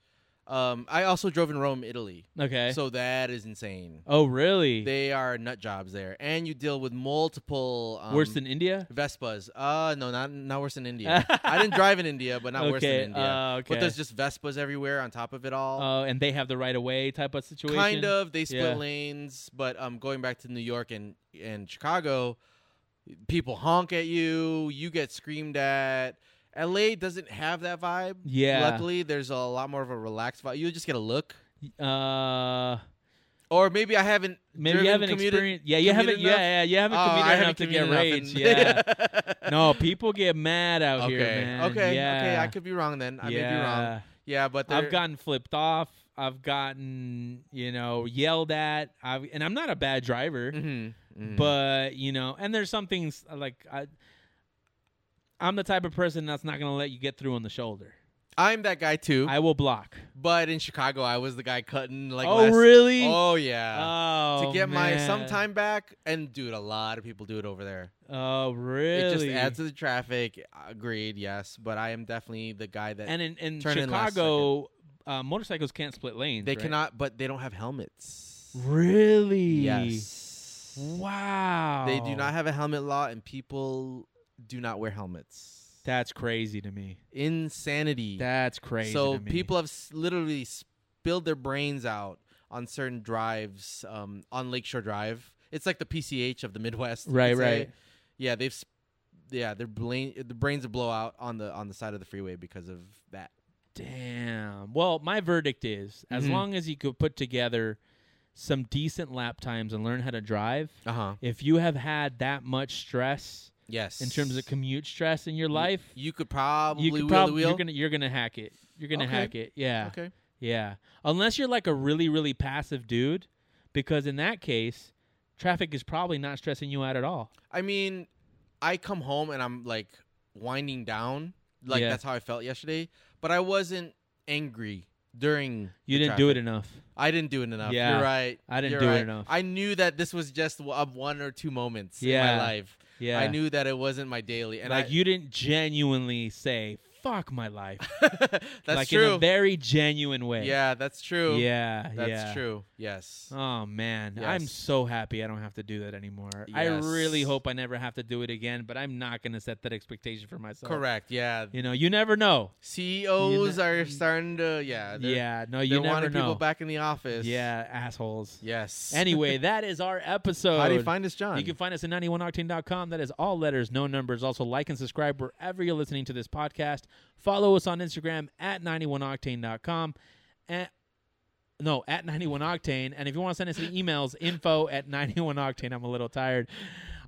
Speaker 1: um I also drove in Rome Italy
Speaker 2: Okay.
Speaker 1: so that is insane
Speaker 2: oh really?
Speaker 1: they are nut jobs there and you deal with multiple um,
Speaker 2: Worse than India?
Speaker 1: Vespas. Uh no, not not worse than India. I didn't drive in India, but not worse than
Speaker 2: Okay,
Speaker 1: India.
Speaker 2: uh, okay.
Speaker 1: But there's just Vespas everywhere on top of it all.
Speaker 2: Oh, and they have the right of way type of situation.
Speaker 1: kind of. They split
Speaker 2: Yeah.
Speaker 1: lanes, but um going back to New York and and Chicago, people honk at you, you get screamed at. LA doesn't have that vibe.
Speaker 2: Yeah.
Speaker 1: Luckily, there's a lot more of a relaxed vibe. You just get a look.
Speaker 2: Uh,
Speaker 1: Or maybe I haven't
Speaker 2: maybe you
Speaker 1: driven,
Speaker 2: haven't
Speaker 1: commuted-
Speaker 2: experienced. Yeah, you haven't.
Speaker 1: commuted
Speaker 2: Yeah,
Speaker 1: enough?
Speaker 2: yeah, you haven't
Speaker 1: Oh,
Speaker 2: commuted
Speaker 1: I
Speaker 2: enough
Speaker 1: haven't
Speaker 2: to get
Speaker 1: commuted
Speaker 2: rage.
Speaker 1: enough
Speaker 2: Yeah.
Speaker 1: and-
Speaker 2: no, people get mad out
Speaker 1: Okay.
Speaker 2: here, man.
Speaker 1: Okay.
Speaker 2: Yeah.
Speaker 1: Okay. I could be wrong then. I may be wrong.
Speaker 2: yeah.
Speaker 1: Yeah, but
Speaker 2: I've
Speaker 1: they're-
Speaker 2: gotten flipped off. I've gotten you know yelled at. I've and I'm not a bad driver,
Speaker 1: Mm-hmm.
Speaker 2: but you know, and there's some things uh, like I, I'm the type of person that's not gonna let you get through on the shoulder.
Speaker 1: I'm that guy too.
Speaker 2: I will block.
Speaker 1: but in Chicago, I was the guy cutting like.
Speaker 2: Oh,
Speaker 1: last-
Speaker 2: really?
Speaker 1: Oh yeah.
Speaker 2: Oh,
Speaker 1: to get my
Speaker 2: man.
Speaker 1: sometime back, and dude, a lot of people do it over there.
Speaker 2: Oh, really?
Speaker 1: It just adds to the traffic. Agreed, yes, but I am definitely the guy that
Speaker 2: and in, in
Speaker 1: Uh, turn in last
Speaker 2: Chicago, uh, motorcycles can't split lanes.
Speaker 1: they
Speaker 2: right?
Speaker 1: cannot, but they don't have helmets.
Speaker 2: Really?
Speaker 1: Yes.
Speaker 2: Wow.
Speaker 1: They do not have a helmet law, and people do not wear helmets.
Speaker 2: That's crazy to me.
Speaker 1: Insanity.
Speaker 2: That's crazy.
Speaker 1: so
Speaker 2: to me.
Speaker 1: people have s- literally spilled their brains out on certain drives um, on Lakeshore Drive. It's like the PCH of the Midwest. you could
Speaker 2: Right,
Speaker 1: say.
Speaker 2: right.
Speaker 1: Yeah, they've. s yeah, their brain, the brains will blow out on the on the side of the freeway because of that.
Speaker 2: Damn. Well, my verdict is as
Speaker 1: Mhm.
Speaker 2: long as you could put together some decent lap times and learn how to drive,
Speaker 1: Uh huh.
Speaker 2: if you have had that much stress
Speaker 1: Yes.
Speaker 2: Uh-huh. in terms of commute stress in your
Speaker 1: Y-
Speaker 2: life,
Speaker 1: you could probably
Speaker 2: you could
Speaker 1: wheel
Speaker 2: prob-
Speaker 1: the wheel.
Speaker 2: you're gonna you're gonna hack it. You're gonna
Speaker 1: Okay.
Speaker 2: hack it. Yeah.
Speaker 1: Okay.
Speaker 2: Yeah. Unless you're like a really, really passive dude, because in that case, traffic is probably not stressing you out at all.
Speaker 1: I mean, I come home and I'm like winding down. Like
Speaker 2: Yeah.
Speaker 1: that's how I felt yesterday. But I wasn't angry during.
Speaker 2: You
Speaker 1: the
Speaker 2: didn't do it
Speaker 1: traffic.
Speaker 2: enough.
Speaker 1: I didn't do it enough.
Speaker 2: Yeah.
Speaker 1: You're right.
Speaker 2: I didn't
Speaker 1: You're
Speaker 2: do it
Speaker 1: right.
Speaker 2: enough.
Speaker 1: I knew that this was just w- of one or two moments in
Speaker 2: Yeah.
Speaker 1: my life.
Speaker 2: Yeah.
Speaker 1: I knew that it wasn't my daily. And
Speaker 2: like
Speaker 1: I,
Speaker 2: you didn't genuinely say, fuck my life.
Speaker 1: that's
Speaker 2: like in
Speaker 1: true.
Speaker 2: a very genuine way.
Speaker 1: yeah, that's true.
Speaker 2: Yeah.
Speaker 1: that's
Speaker 2: yeah.
Speaker 1: true. Yes.
Speaker 2: Oh man, I'm
Speaker 1: Yes.
Speaker 2: so happy I don't have to do that anymore. I really
Speaker 1: Yes.
Speaker 2: hope I never have to do it again, but I'm not going to set that expectation for myself.
Speaker 1: Correct. Yeah.
Speaker 2: You know, you never know.
Speaker 1: CEOs
Speaker 2: You
Speaker 1: are starting to. Yeah. they're-
Speaker 2: yeah, no,
Speaker 1: They're
Speaker 2: you never
Speaker 1: wanting
Speaker 2: know.
Speaker 1: people back in the office.
Speaker 2: Yeah, assholes.
Speaker 1: Yes.
Speaker 2: Anyway, that is our episode.
Speaker 1: How do you find us, John?
Speaker 2: You can find us at 91octane.com. That is all letters, no numbers. Also, like and subscribe wherever you're listening to this podcast. Follow us on Instagram at 91octane.com. And, no, at 91octane. And if you want to send us any emails, info at 91octane. I'm a little tired.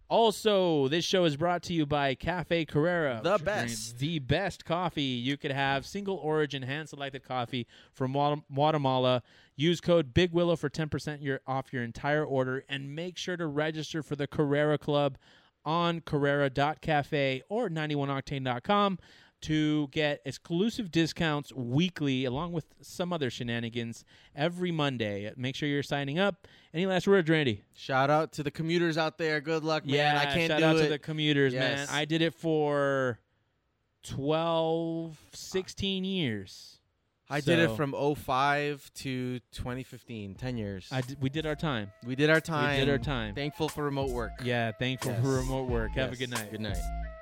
Speaker 2: Also, this show is brought to you by Cafe Carrera.
Speaker 1: The
Speaker 2: which
Speaker 1: best.
Speaker 2: brings The best coffee you could have. Single origin, hand selected coffee from Guatem- Guatemala. Use code Big Willow for 10% your, off your entire order. And make sure to register for the Carrera Club on Carrera.cafe or 91octane.com to get exclusive discounts weekly along with some other shenanigans every Monday. Make sure you're signing up. Any last words, Randy?
Speaker 1: Shout out to the commuters out there. Good luck, man. I can't
Speaker 2: shout
Speaker 1: do
Speaker 2: out
Speaker 1: it.
Speaker 2: to the commuters, man.
Speaker 1: Yes.
Speaker 2: I did it for 12, 16 years.
Speaker 1: I did it
Speaker 2: so-
Speaker 1: from 05 to 2015, 10 years.
Speaker 2: I d- we did our time.
Speaker 1: we did our time.
Speaker 2: We did our time.
Speaker 1: Thankful for remote work.
Speaker 2: yeah, thankful for
Speaker 1: Yes.
Speaker 2: remote work. Have a
Speaker 1: Yes.
Speaker 2: good night.
Speaker 1: Good night.